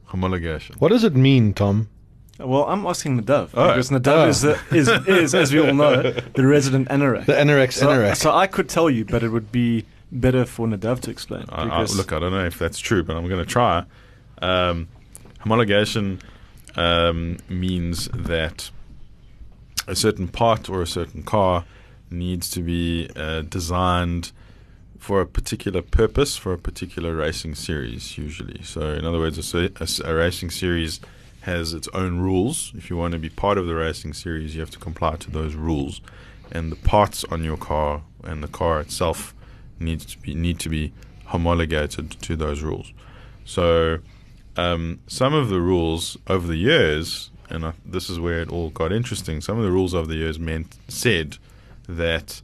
Speaker 3: Homologation.
Speaker 2: What does it mean, Tom?
Speaker 1: Well, I'm asking Nadav.
Speaker 3: Oh.
Speaker 1: Because Nadav
Speaker 2: Oh.
Speaker 1: is, the, is, is, as we all know, the resident anorak.
Speaker 2: The NRX,
Speaker 1: so,
Speaker 2: NRX.
Speaker 1: so I could tell you, but it would be better for Nadav to explain.
Speaker 3: I, I,
Speaker 1: because-
Speaker 3: Uh, look, I don't know if that's true, but I'm going to try. Um, homologation um, means that a certain part or a certain car needs to be uh, designed for a particular purpose for a particular racing series, usually. So, in other words, a, se- a s- a racing series has its own rules. If you want to be part of the racing series, you have to comply to those rules, and the parts on your car and the car itself needs to be need to be homologated to those rules. So, um, some of the rules over the years, and I, this is where it all got interesting. Some of the rules over the years meant said that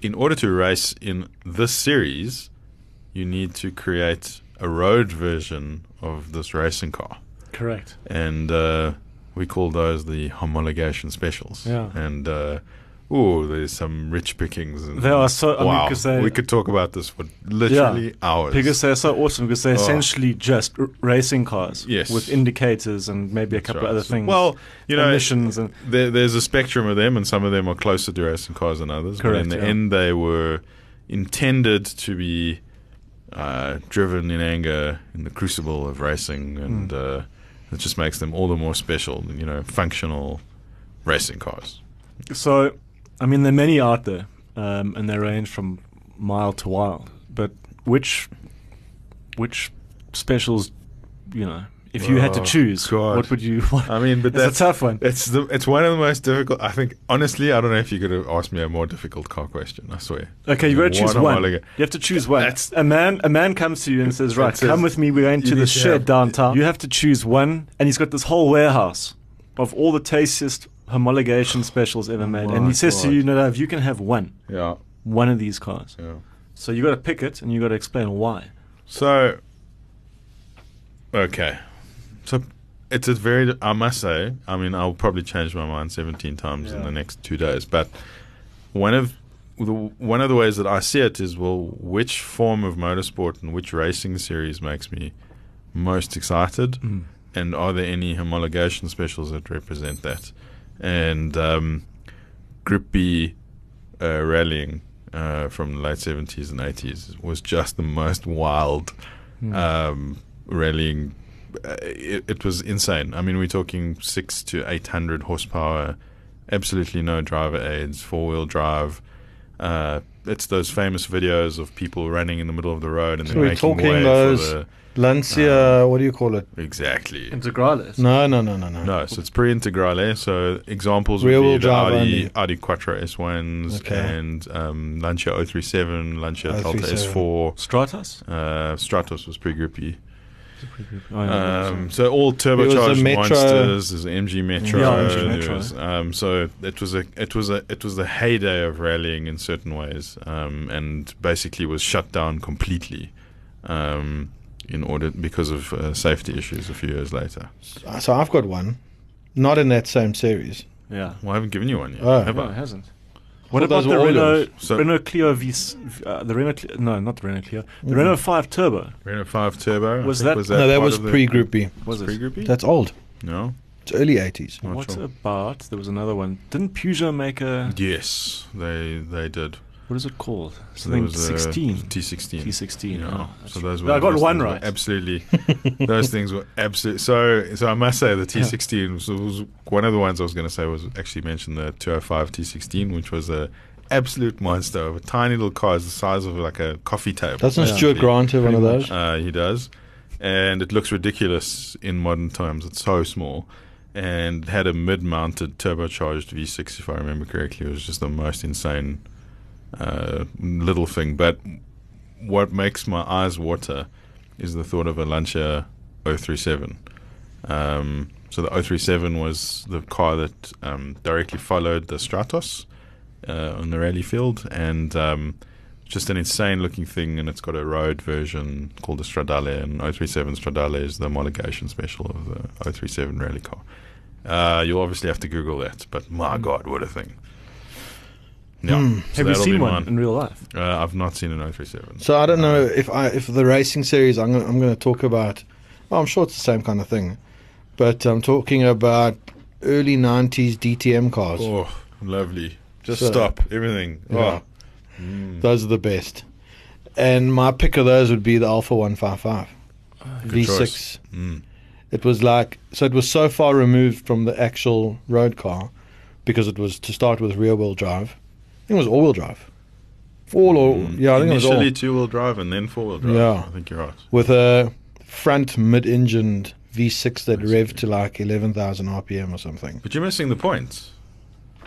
Speaker 3: in order to race in this series, you need to create a road version of this racing car,
Speaker 1: Correct.
Speaker 3: and uh, we call those the homologation specials.
Speaker 1: Yeah.
Speaker 3: And uh, oh, there's some rich pickings. And
Speaker 1: There are so- I mean,
Speaker 3: wow.
Speaker 1: 'cause they-
Speaker 3: we could talk about this for literally hours.
Speaker 1: Because they're so awesome, because they're
Speaker 3: Oh.
Speaker 1: essentially just r- racing cars
Speaker 3: Yes.
Speaker 1: with indicators and maybe a couple
Speaker 3: Right.
Speaker 1: other
Speaker 3: So-
Speaker 1: things.
Speaker 3: Well, you know,
Speaker 1: emissions and
Speaker 3: there, there's a spectrum of them, and some of them are closer to racing cars than others.
Speaker 1: Correct,
Speaker 3: But in the
Speaker 1: yeah.
Speaker 3: end, they were intended to be uh, driven in anger in the crucible of racing, and
Speaker 1: Hmm.
Speaker 3: uh, it just makes them all the more special. You know, functional racing cars.
Speaker 1: so, I mean, there are many out there, um, and they range from mild to wild. But which, which specials, you know, if you had to
Speaker 3: Oh,
Speaker 1: choose,
Speaker 3: God.
Speaker 1: what would you? Want?
Speaker 3: I mean, but
Speaker 1: it's
Speaker 3: that's
Speaker 1: a tough one.
Speaker 3: It's the it's one of the most difficult. I think honestly, I don't know if you could have asked me a more difficult car question. I swear.
Speaker 1: Okay, you got to choose
Speaker 3: am I
Speaker 1: one. You
Speaker 3: looking at?
Speaker 1: have to choose one.
Speaker 3: That's-
Speaker 1: a man. A man comes to you and says, "Right,
Speaker 3: says,
Speaker 1: come with me. We're going
Speaker 3: "You
Speaker 1: to
Speaker 3: need
Speaker 1: the
Speaker 3: to
Speaker 1: shed
Speaker 3: have-
Speaker 1: downtown." You have to choose one, and he's got this whole warehouse of all the tastiest homologation specials ever made. and
Speaker 3: Oh my
Speaker 1: he says to
Speaker 3: God.
Speaker 1: you, "No, no, if you can have one,
Speaker 3: Yeah.
Speaker 1: one of these cars."
Speaker 3: Yeah.
Speaker 1: So you got to pick it, and you got to explain why.
Speaker 3: So, okay. So, it's a very, I must say, I mean, I'll probably change my mind 17 times in
Speaker 1: Yeah.
Speaker 3: the next two days, but one of, the, one of the ways that I see it is, well, which form of motorsport and which racing series makes me most excited?
Speaker 2: Mm.
Speaker 3: And are there any homologation specials that represent that? And um, Group B uh, rallying uh, from the late seventies and eighties was just the most wild
Speaker 2: Mm.
Speaker 3: um, rallying. Uh, It, it was insane. I mean, we're talking six to eight hundred horsepower, absolutely no driver aids, four wheel drive. Uh, it's those famous videos of people running in the middle of the road and
Speaker 2: So
Speaker 3: then
Speaker 2: we're
Speaker 3: making
Speaker 2: talking
Speaker 3: way
Speaker 2: those-
Speaker 3: for
Speaker 2: Lancia, what do you call it?
Speaker 3: the exactly.
Speaker 1: Integrales.
Speaker 2: No, no, no, no, no.
Speaker 3: No, so it's pre-integrale. So examples
Speaker 2: Rear-wheel
Speaker 3: would be the
Speaker 2: drive
Speaker 3: Audi,
Speaker 2: only.
Speaker 3: Audi Quattro S1s
Speaker 2: Okay.
Speaker 3: and um, Lancia 037, Lancia Delta
Speaker 2: 037.
Speaker 3: S4.
Speaker 1: Stratas.
Speaker 3: Uh, Stratos was pretty grippy.
Speaker 1: Oh, yeah.
Speaker 3: Um, so all
Speaker 2: There was
Speaker 3: turbocharged
Speaker 2: a Metro.
Speaker 3: monsters. There's an MG Metro.
Speaker 1: Yeah, MG
Speaker 3: there
Speaker 1: Metro.
Speaker 3: was, um, so it was a it was a it was the heyday of rallying in certain ways, um, and basically was shut down completely. Um, in order because of uh, safety issues a few years later.
Speaker 2: So I've got one, not in that same series.
Speaker 1: yeah.
Speaker 3: Well, I haven't given you one yet.
Speaker 2: Oh.
Speaker 3: have
Speaker 1: No,
Speaker 3: I?
Speaker 1: it hasn't. What
Speaker 2: thought
Speaker 1: about
Speaker 2: those
Speaker 1: the
Speaker 2: were all
Speaker 1: Renault,
Speaker 2: yours.
Speaker 3: So-
Speaker 1: Renault Clio V? Uh, the Renault, Clio, no, not the Renault Clio.
Speaker 2: Mm.
Speaker 1: The Renault Five Turbo
Speaker 3: Renault 5 Turbo. I
Speaker 1: Was
Speaker 3: think,
Speaker 1: that-
Speaker 2: no, that
Speaker 3: part
Speaker 2: was
Speaker 3: of the-
Speaker 2: pre-Group B.
Speaker 1: was it?
Speaker 3: Pre-groupie?
Speaker 2: That's old.
Speaker 3: no.
Speaker 2: It's early 80s.
Speaker 3: Not
Speaker 1: What
Speaker 3: sure.
Speaker 1: about there was another one? Didn't Peugeot make a
Speaker 3: Yes, they they did.
Speaker 1: what is it called?
Speaker 3: There
Speaker 1: Something
Speaker 3: was a
Speaker 1: sixteen.
Speaker 3: T16.
Speaker 1: T16,
Speaker 3: Yeah.
Speaker 1: oh, that's
Speaker 3: so
Speaker 1: right.
Speaker 3: those
Speaker 1: No,
Speaker 3: were
Speaker 1: I got
Speaker 3: those
Speaker 1: one
Speaker 3: things were
Speaker 1: right.
Speaker 3: Absolutely. those things were absolutely. So so I must say the oh T16 was, was one of the ones I was going to say was actually mentioned the 205 T16, which was a absolute monster of a tiny little car. It's the size of like a coffee table.
Speaker 2: Doesn't
Speaker 3: Yeah.
Speaker 2: Stuart Grant have one of those?
Speaker 3: Uh, he does, and it looks ridiculous in modern times. It's so small, and it had a mid-mounted turbocharged V6, if I remember correctly. It was just the most insane uh, little thing. But what makes my eyes water is the thought of a Lancia 037. Um, so the 037 was the car that um, directly followed the Stratos uh, on the rally field, and um, just an insane looking thing. And it's got a road version called the Stradale, and 037 Stradale is the homologation special of the 037 rally car. Uh, you'll obviously have to Google that, but my God, what a thing! Yeah, so
Speaker 1: Hmm. Have you
Speaker 3: that'll be
Speaker 1: seen one
Speaker 3: mine.
Speaker 1: in real life?
Speaker 3: Uh, I've not seen an 037.
Speaker 2: So I don't know if I if the racing series I'm gonna, I'm going to talk about. Well, I'm sure it's the same kind of thing, but I'm talking about early '90s DTM cars.
Speaker 3: Oh, lovely. Just
Speaker 2: So-
Speaker 3: stop everything.
Speaker 2: Yeah.
Speaker 3: Oh,
Speaker 2: Those are the best, and my pick of those would be the Alpha 155
Speaker 3: Ah, good
Speaker 2: V6.
Speaker 3: choice. Mm.
Speaker 2: It was like so it was so far removed from the actual road car because it was to start with rear wheel drive. I think it was all wheel drive. All or yeah, I think it was all
Speaker 3: Hmm. Initially two wheel drive and then four wheel drive.
Speaker 2: Yeah.
Speaker 3: I think you're right.
Speaker 2: with a front mid-engined V6 that revved to like 11,000 RPM or something.
Speaker 3: But you're missing the point.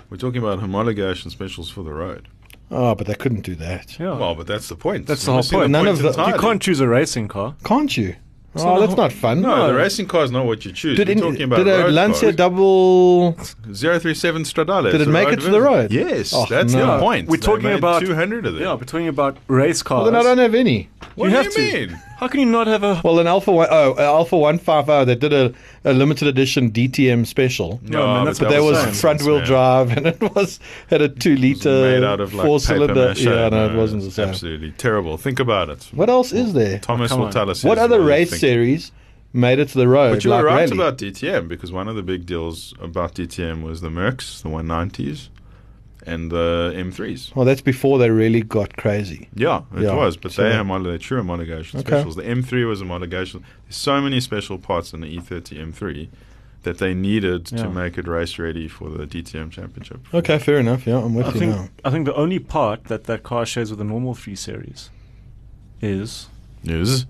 Speaker 3: We're talking about homologation specials for the road.
Speaker 2: Oh, but they couldn't do that.
Speaker 1: Yeah.
Speaker 3: Well, but that's the point.
Speaker 1: That's the
Speaker 3: You're
Speaker 1: whole
Speaker 3: missing
Speaker 1: point.
Speaker 2: None of Oh. the- you
Speaker 1: you
Speaker 3: entirely.
Speaker 1: can't choose a racing car.
Speaker 2: Can't you?
Speaker 1: not
Speaker 2: oh,
Speaker 1: a
Speaker 2: that's
Speaker 1: whole-
Speaker 2: not fun.
Speaker 3: No, the racing car is not what you choose.
Speaker 2: Did,
Speaker 3: We're
Speaker 2: it,
Speaker 3: talking about
Speaker 2: did a
Speaker 3: road
Speaker 2: Lancia
Speaker 3: cars.
Speaker 2: double?
Speaker 3: 037 Stradale.
Speaker 2: Did
Speaker 3: is
Speaker 2: it
Speaker 3: a
Speaker 2: make
Speaker 3: road
Speaker 2: it to the
Speaker 3: version.
Speaker 2: road?
Speaker 3: Yes,
Speaker 2: Oh,
Speaker 3: that's
Speaker 2: no.
Speaker 3: the point.
Speaker 1: We're
Speaker 3: They
Speaker 1: talking
Speaker 3: made
Speaker 1: about
Speaker 3: 200 of them.
Speaker 1: Yeah, we're talking about race cars.
Speaker 2: Well, then I don't have any.
Speaker 3: what
Speaker 1: you
Speaker 3: do
Speaker 1: have
Speaker 3: you
Speaker 1: to.
Speaker 3: mean?
Speaker 1: How can you not have a
Speaker 2: Well, an Alpha one, oh, an Alpha one five zero. They did a, a limited edition DTM special.
Speaker 1: No, man, that's what
Speaker 2: There
Speaker 1: that
Speaker 2: was
Speaker 1: was nonsense,
Speaker 2: front wheel drive, and it was had a two liter
Speaker 3: made out of like
Speaker 2: four
Speaker 3: paper
Speaker 2: cylinder.
Speaker 3: mache.
Speaker 2: Yeah, no, it wasn't the
Speaker 3: it's
Speaker 2: same.
Speaker 3: Absolutely terrible. Think about it.
Speaker 2: What else is there?
Speaker 3: Thomas
Speaker 1: Come
Speaker 3: will
Speaker 1: on.
Speaker 3: tell us.
Speaker 2: What
Speaker 3: his
Speaker 2: other
Speaker 3: way of
Speaker 2: race
Speaker 3: thinking.
Speaker 2: series made it to the road?
Speaker 3: But you
Speaker 2: like
Speaker 3: were right
Speaker 2: rally?
Speaker 3: about DTM because one of the big deals about DTM was the Mercs, the 190s, and the M3s.
Speaker 2: Well, Oh, that's before they really got crazy.
Speaker 3: Yeah, it
Speaker 2: Yeah,
Speaker 3: was, but they
Speaker 2: sure.
Speaker 3: homolog- they're true homologation
Speaker 2: Okay.
Speaker 3: specials. The M3 was homologation. There's so many special parts in the E E30 M3 that they needed
Speaker 1: Yeah.
Speaker 3: to make it race ready for the DTM championship.
Speaker 2: Okay, fair enough. Yeah, I'm with
Speaker 1: I
Speaker 2: you
Speaker 1: think
Speaker 2: now.
Speaker 1: I think the only part that that car shares with the normal three series is
Speaker 3: News.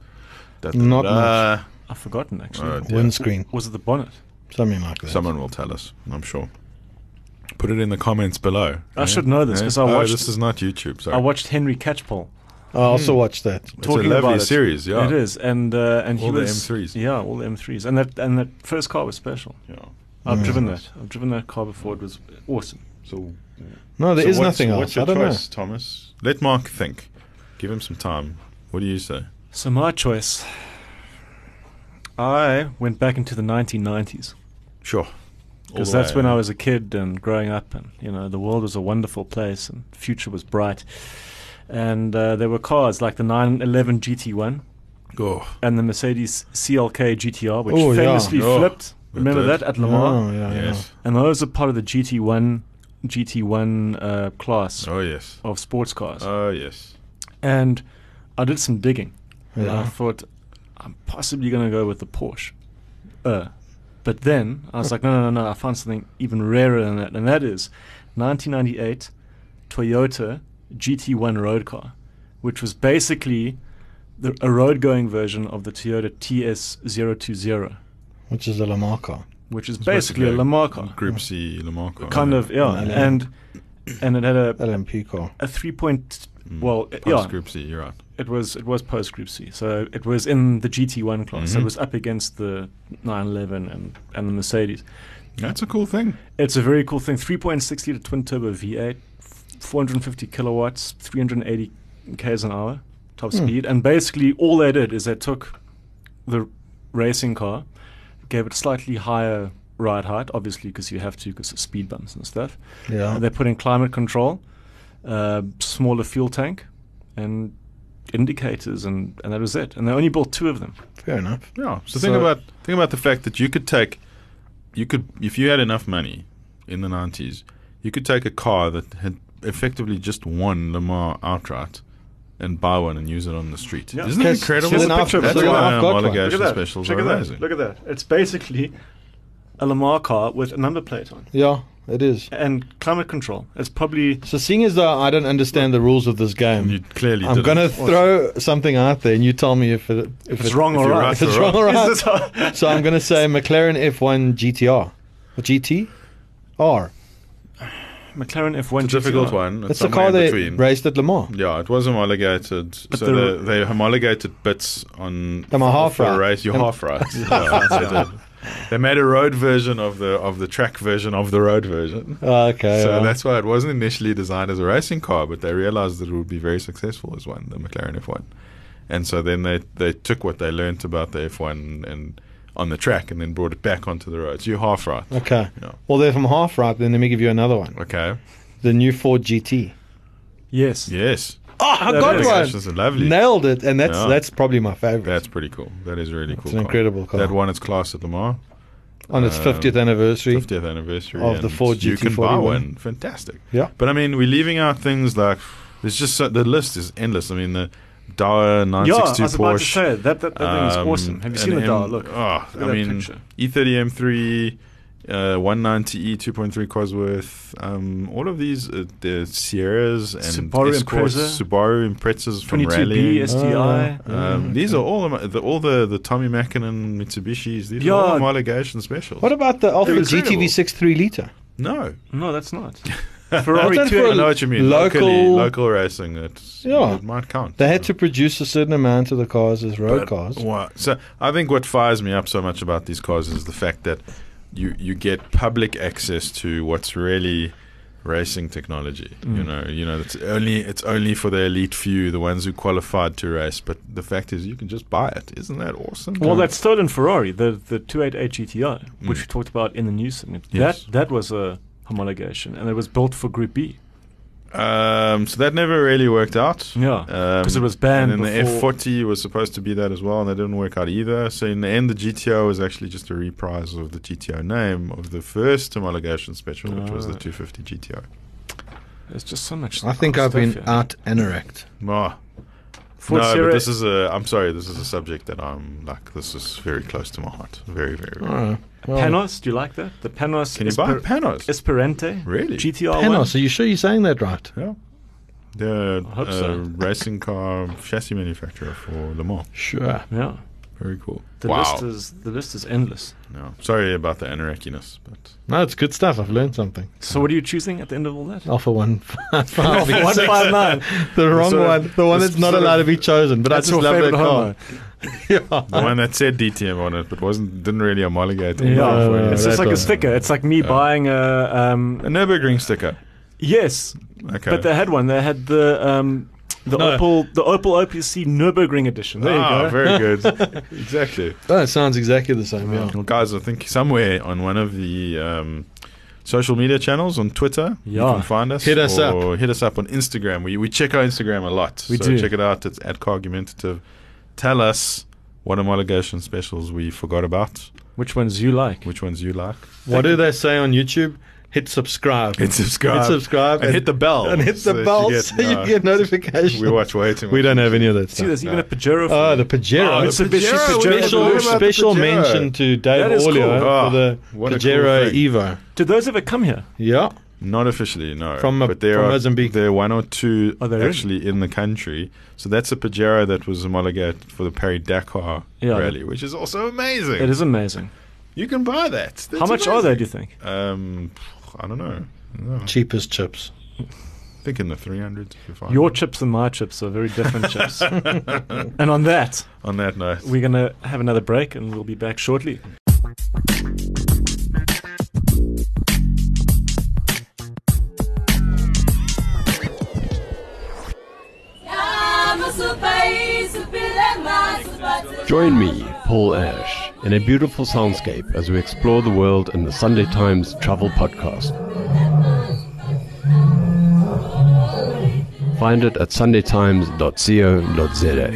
Speaker 2: Not
Speaker 3: Da-da-da.
Speaker 1: I've forgotten actually.
Speaker 3: Oh, dear.
Speaker 2: Windscreen,
Speaker 1: was it the bonnet?
Speaker 2: something like that.
Speaker 3: Someone will tell us, I'm sure. Put it in the comments below.
Speaker 1: I should know this, 'cause I
Speaker 3: oh,
Speaker 1: watched-
Speaker 3: This is not YouTube. Sorry,
Speaker 1: I watched Henry Catchpole
Speaker 2: I also watched that.
Speaker 3: It's
Speaker 1: talking
Speaker 3: a lovely
Speaker 1: about it.
Speaker 3: series. Yeah,
Speaker 1: It is, and uh, and
Speaker 3: All
Speaker 1: he
Speaker 3: the
Speaker 1: was
Speaker 3: M3s.
Speaker 1: Yeah, all the M3s, and that and that first car was special.
Speaker 3: Yeah.
Speaker 1: I've driven that. I've driven that car before. It was awesome.
Speaker 3: So
Speaker 2: No, there
Speaker 3: So
Speaker 2: is
Speaker 3: what's-
Speaker 2: nothing else.
Speaker 3: What's
Speaker 2: I
Speaker 3: your
Speaker 2: don't
Speaker 3: choice, Thomas? Let Mark think. Give him some time. What do you say?
Speaker 1: So my choice. I went back into the 1990s
Speaker 3: Sure.
Speaker 1: because that's when I was a kid and growing up, and you know the world was a wonderful place and the future was bright, and uh, there were cars like the 911 GT1
Speaker 3: Oh,
Speaker 1: and the Mercedes CLK GTR, which
Speaker 2: Oh, yeah.
Speaker 1: famously
Speaker 3: Oh,
Speaker 1: flipped.
Speaker 3: it
Speaker 1: Remember
Speaker 3: did.
Speaker 1: that at Le
Speaker 2: know.
Speaker 1: Mans?
Speaker 2: Oh, yeah,
Speaker 3: yes.
Speaker 1: And those are part of the GT1 GT1 uh, class
Speaker 3: Oh, yes.
Speaker 1: of sports cars.
Speaker 2: Uh.
Speaker 3: Oh, yes.
Speaker 1: and I did some digging. And I
Speaker 2: Yeah.
Speaker 1: thought I'm possibly going to go with the Porsche. Uh, but then I was like, no, no, no, no. I found something even rarer than that, and that is 1998 Toyota GT1 road car, which was basically the, a road-going version of the Toyota TS020,
Speaker 2: Which is a Lamar car.
Speaker 1: which is basically a Le Mans car.
Speaker 3: Group C Le Mans car.
Speaker 1: kind of yeah,
Speaker 2: Yeah.
Speaker 1: and and it had a
Speaker 2: LMP car.
Speaker 1: a three point. Well, it-
Speaker 3: Post
Speaker 1: yeah,
Speaker 3: Mm. Group C, you're right.
Speaker 1: it was it was post Group C, so it was in the GT one class. So
Speaker 3: Mhm.
Speaker 1: it was up against the 911 and and the Mercedes.
Speaker 3: That's a cool thing.
Speaker 1: It's a very cool thing. 3.6 liter twin turbo V8, f- 450 kilowatts, 380 k's an hour top speed, and basically all they did is they took the racing car, gave it slightly higher ride height, obviously because you have to because of speed bumps and stuff.
Speaker 2: Yeah.
Speaker 1: Uh, They put in climate control, uh, smaller fuel tank, and indicators, and, and that was it. And they only built two of them.
Speaker 2: Fair enough.
Speaker 3: Yeah. So, think
Speaker 1: So-
Speaker 3: about think about the fact that you could take, you could if you had enough money in the nineties, you could take a car that had effectively just won Le Mans outright, and buy one and use it on the street.
Speaker 1: Yeah.
Speaker 3: Isn't that
Speaker 2: Because-
Speaker 3: incredible?
Speaker 2: so then I've-
Speaker 3: That's
Speaker 2: so then
Speaker 3: why
Speaker 2: I've got one.
Speaker 3: homologation specials are amazing.
Speaker 1: Look at that. It's basically a Lamar car with a number plate on.
Speaker 2: Yeah. it is.
Speaker 1: and climate control. It's probably
Speaker 2: So seeing as though I don't understand the rules of this game,
Speaker 3: You clearly
Speaker 2: I'm
Speaker 3: didn't.
Speaker 2: going to throw something out there, and you tell me if it,
Speaker 1: if it's wrong or
Speaker 3: you're
Speaker 1: right.
Speaker 2: If
Speaker 3: right,
Speaker 2: it's
Speaker 3: or
Speaker 2: wrong or
Speaker 1: Is
Speaker 2: right.
Speaker 1: this how-
Speaker 2: So I'm going to say McLaren F1 GTR, or GT, R.
Speaker 1: McLaren F1
Speaker 3: It's a difficult
Speaker 1: GTR.
Speaker 3: one. It's
Speaker 2: That's the
Speaker 3: somewhere
Speaker 2: car
Speaker 3: in
Speaker 2: they
Speaker 3: between.
Speaker 2: raced at Le Mans.
Speaker 3: Yeah, it was homologated. so
Speaker 1: the-
Speaker 3: the, they homologated bits on.
Speaker 2: Am I half
Speaker 3: for a
Speaker 2: right?
Speaker 3: Race. You're
Speaker 2: Am-
Speaker 3: half right. Yeah, that's what they did. They made a road version of the of the track version of the road version.
Speaker 2: Oh, Okay.
Speaker 3: so
Speaker 2: well.
Speaker 3: that's why it wasn't initially designed as a racing car, but they realized that it would be very successful as one, the McLaren F1. And so then they they took what they learnt about the F1 and on the track, and then brought it back onto the roads. You're half right.
Speaker 2: okay.
Speaker 3: Yeah.
Speaker 2: Well, they're from half right. Then let me give you another one.
Speaker 3: Okay.
Speaker 2: The new Ford GT.
Speaker 1: Yes.
Speaker 3: Yes.
Speaker 2: Oh, I
Speaker 1: That
Speaker 2: got
Speaker 1: is-
Speaker 2: one.
Speaker 3: That's lovely.
Speaker 2: Nailed it, and that's
Speaker 3: Yeah.
Speaker 2: that's probably my favorite.
Speaker 3: That's pretty cool. That is a really cool.
Speaker 2: an
Speaker 3: car.
Speaker 2: incredible car.
Speaker 3: That won its class at Le Mans.
Speaker 2: on its
Speaker 3: um,
Speaker 2: 50th anniversary.
Speaker 3: 50th anniversary
Speaker 2: Of the
Speaker 3: and
Speaker 2: Ford
Speaker 3: You can buy
Speaker 2: GT41.
Speaker 3: one. Fantastic.
Speaker 2: Yeah.
Speaker 3: But I mean, we're leaving out things like there's just so, the list is endless. I mean, the Dower
Speaker 1: Yeah, I
Speaker 3: 962
Speaker 1: was about to
Speaker 3: Porsche.
Speaker 1: say that that, that thing is
Speaker 3: um,
Speaker 1: awesome. Have you
Speaker 3: an
Speaker 1: seen the
Speaker 3: M-
Speaker 1: dial? Look,
Speaker 3: oh,
Speaker 1: at
Speaker 3: I
Speaker 1: that
Speaker 3: mean, E
Speaker 1: picture.
Speaker 3: E30 M3. Uh, 190E, 2.3 Cosworth, um, all of these, uh, the Sierras and
Speaker 1: Subaru
Speaker 3: Escorts,
Speaker 1: Impreza.
Speaker 3: Subaru Imprezas from
Speaker 1: 22B
Speaker 3: rallying.
Speaker 1: SDI.
Speaker 2: Mm-hmm.
Speaker 3: Um, these are all the, the all the the Tommy Mackinnon Mitsubishis. These
Speaker 1: Yeah.
Speaker 3: are all homologation specials.
Speaker 2: What about the Alfa
Speaker 3: incredible.
Speaker 2: GTV6 3 liter?
Speaker 3: No,
Speaker 1: no, that's not.
Speaker 2: What's
Speaker 1: Ferrari
Speaker 2: that
Speaker 1: two.
Speaker 2: for
Speaker 3: I know what you mean.
Speaker 2: Local-
Speaker 3: Locally, local racing. It's,
Speaker 2: Yeah.
Speaker 3: it might count.
Speaker 2: They had to produce a certain amount of the cars as road
Speaker 3: But
Speaker 2: cars.
Speaker 3: What? So I think what fires me up so much about these cars is the fact that you you get public access to what's really racing technology. You
Speaker 2: Mm.
Speaker 3: know, you know it's only it's only for the elite few, the ones who qualified to race. But the fact is, you can just buy it. Isn't that awesome?
Speaker 1: Well, that stolen Ferrari, the the 288 GTI, which we talked about in the news segment,
Speaker 3: Yes.
Speaker 1: that that was a homologation, and it was built for Group B.
Speaker 3: Um, so that never really worked out. Um,
Speaker 1: Yeah, 'cause it was banned
Speaker 3: And then
Speaker 1: before-
Speaker 3: the F40 was supposed to be that as well, and that didn't work out either. So in the end, the GTO was actually just a reprise of the GTO name of the first homologation special, which was the
Speaker 1: Right.
Speaker 3: 250 GTO.
Speaker 1: There's just so much.
Speaker 2: I think
Speaker 1: cool
Speaker 2: I've been
Speaker 1: stuff here.
Speaker 2: out anoraked.
Speaker 3: Ah.
Speaker 1: Ford
Speaker 3: no,
Speaker 1: Sierra-
Speaker 3: but this is a. I'm sorry, this is a subject that I'm like. This is very close to my heart. Very, very. very.
Speaker 2: Alright. Well,
Speaker 1: Panos. Do you like that? The Panos.
Speaker 3: Can you buy
Speaker 1: Esper-
Speaker 3: Panos?
Speaker 1: Esperante.
Speaker 3: Really?
Speaker 1: GTR one.
Speaker 2: Panos, are you sure you're saying that right?
Speaker 3: yeah. The
Speaker 1: I hope
Speaker 3: uh,
Speaker 1: so.
Speaker 3: racing car chassis manufacturer for Le Mans.
Speaker 2: Sure.
Speaker 1: Yeah.
Speaker 3: Very cool.
Speaker 1: The
Speaker 3: wow.
Speaker 1: list is the list is endless.
Speaker 3: No. Sorry about the anorakiness, but
Speaker 2: No, it's good stuff. I've learned something.
Speaker 1: So what are you choosing at the end of all that?
Speaker 2: Alpha one five five.
Speaker 1: One five nine.
Speaker 2: the wrong
Speaker 3: sort of-
Speaker 2: one, the one
Speaker 3: it's
Speaker 2: that's not
Speaker 3: sort
Speaker 2: allowed to
Speaker 3: of-
Speaker 2: be chosen. But I
Speaker 1: That's
Speaker 2: just
Speaker 1: your
Speaker 2: love
Speaker 1: favorite
Speaker 2: that car.
Speaker 1: homo.
Speaker 3: the one that said DTM on it, but wasn't didn't really homologate.
Speaker 1: Yeah,
Speaker 3: anything for you.
Speaker 2: no,
Speaker 1: it's just
Speaker 2: that
Speaker 1: like a
Speaker 2: one.
Speaker 1: sticker. It's like me buying a
Speaker 3: a
Speaker 1: um,
Speaker 3: Nurburgring sticker.
Speaker 1: yes,
Speaker 3: Okay,
Speaker 1: But they had one. They had the um, the
Speaker 2: No.
Speaker 1: Opel the Opel OPC Nurburgring edition. There you
Speaker 3: ah,
Speaker 1: go.
Speaker 3: very good. exactly.
Speaker 2: Oh, it sounds exactly the same. Yeah.
Speaker 3: Well, guys, I think somewhere on one of the um, social media channels on Twitter,
Speaker 1: Yeah.
Speaker 3: you can find us.
Speaker 2: Hit us
Speaker 3: or hit us up on Instagram. We we check our Instagram a lot.
Speaker 1: We
Speaker 3: so
Speaker 1: do.
Speaker 3: check it out. It's at Cargumentative. Tell us what homologation specials we forgot about.
Speaker 1: Which ones you like?
Speaker 3: Which ones you like?
Speaker 2: What do they say on YouTube? Hit subscribe.
Speaker 3: Hit subscribe.
Speaker 2: Hit subscribe
Speaker 3: And hit the bell
Speaker 2: And hit
Speaker 3: so
Speaker 2: the
Speaker 3: that
Speaker 2: bell
Speaker 3: you get-
Speaker 2: so you
Speaker 3: no.
Speaker 2: get notifications.
Speaker 3: We watch way too much.
Speaker 2: We don't have any of that
Speaker 1: See, Ah,
Speaker 2: stuff.
Speaker 1: there's even a Pajero.
Speaker 2: Oh,
Speaker 1: for
Speaker 2: the
Speaker 1: you.
Speaker 2: Pajero.
Speaker 3: Oh,
Speaker 1: Mitsubishi
Speaker 3: the Pajero,
Speaker 1: Pajero
Speaker 3: we didn't
Speaker 2: special
Speaker 1: Evolution.
Speaker 3: talk about the
Speaker 2: special
Speaker 3: Pajero.
Speaker 2: mention to Dave
Speaker 1: That is
Speaker 2: Olio
Speaker 1: cool.
Speaker 3: Ah,
Speaker 2: for the
Speaker 3: what a
Speaker 2: Pajero
Speaker 3: cool thing.
Speaker 2: Evo.
Speaker 1: Did those ever come here?
Speaker 2: Yeah.
Speaker 3: Not officially, no.
Speaker 2: From Mo-
Speaker 3: but there
Speaker 2: from
Speaker 3: are
Speaker 2: Mozambique.
Speaker 3: there are one or two
Speaker 1: Are they really?
Speaker 3: actually in the country. So that's a Pajero that was homologated for the Paris Dakar
Speaker 1: Yeah.
Speaker 3: rally, which is also amazing.
Speaker 1: It is amazing.
Speaker 3: You can buy that. That's
Speaker 1: How much are they? Do you think?
Speaker 3: they? Um, I don't know. I don't know.
Speaker 2: Cheapest chips.
Speaker 3: I think in the three hundreds. If I
Speaker 1: Your chips and my chips are very different chips. and on that,
Speaker 3: on that note,
Speaker 1: we're gonna have another break, and we'll be back shortly.
Speaker 9: Join me, Paul Ash, in a beautiful soundscape as we explore the world in the Sunday Times Travel Podcast. Find it at sundaytimes.co.za.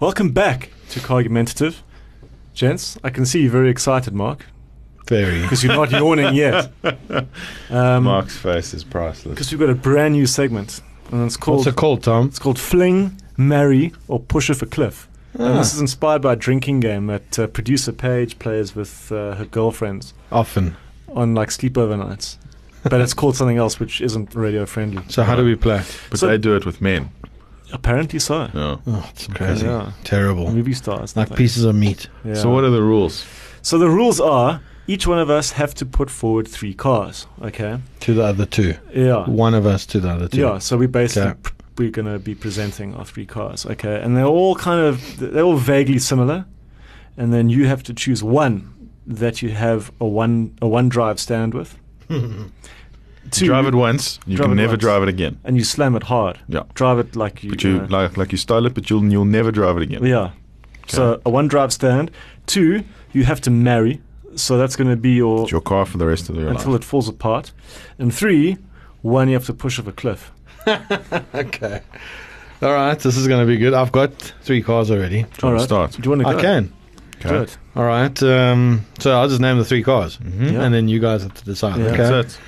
Speaker 1: Welcome back to Cargumentative, gents. I can see you're very excited, Mark.
Speaker 2: Very.
Speaker 1: because you're not yawning yet. Um,
Speaker 3: Mark's face is priceless.
Speaker 1: because we've got a brand new segment, and it's
Speaker 2: What's
Speaker 1: called
Speaker 2: it called, Tom?
Speaker 1: it's called Fling, Marry, or Push Off a Cliff.
Speaker 3: Ah.
Speaker 1: And
Speaker 2: Ah,
Speaker 1: this is inspired by a drinking game that uh, producer Paige plays with uh, her girlfriends
Speaker 2: Often.
Speaker 1: on like sleepover nights. But it's called something else, which isn't radio friendly.
Speaker 2: So how do we play?
Speaker 3: But
Speaker 1: So-
Speaker 3: they do it with men.
Speaker 1: Apparently so.
Speaker 3: Yeah.
Speaker 2: Oh, it's crazy.
Speaker 1: Yeah.
Speaker 2: Terrible.
Speaker 1: Movie stars.
Speaker 2: Like pieces of meat.
Speaker 3: So what are the rules?
Speaker 1: So the rules are each one of us have to put forward three cars. Okay.
Speaker 2: To the other two.
Speaker 1: Yeah.
Speaker 2: One of us to the other two.
Speaker 1: Yeah. So we basically
Speaker 2: Okay.
Speaker 1: pr- we're going to be presenting our three cars. Okay. And they're all kind of they're all vaguely similar, and then you have to choose one that you have a one a one drive stand with. Two,
Speaker 3: drive it once, you
Speaker 1: Drive
Speaker 3: can
Speaker 1: it
Speaker 3: never
Speaker 1: once.
Speaker 3: drive it again.
Speaker 1: and you slam it hard.
Speaker 3: Yeah.
Speaker 1: Drive it like you.
Speaker 3: But you
Speaker 1: uh,
Speaker 3: like like you style it, but you'll you'll never drive it again.
Speaker 1: Yeah. So a one drive stand. Two, you have to marry. So that's going to be your
Speaker 3: It's your car for the rest of your
Speaker 1: until
Speaker 3: life.
Speaker 1: it falls apart. And three, one you have to push off a cliff.
Speaker 2: Okay. All right. This is going to be good. I've got three cars already.
Speaker 3: Try to start.
Speaker 1: Do you want to go?
Speaker 2: I can.
Speaker 3: Okay.
Speaker 1: Do it.
Speaker 2: All right. Um, so I'll just name the three cars, Mm-hmm.
Speaker 1: Yeah.
Speaker 2: and then you guys have to decide.
Speaker 1: Yeah.
Speaker 2: Okay.
Speaker 3: That's it.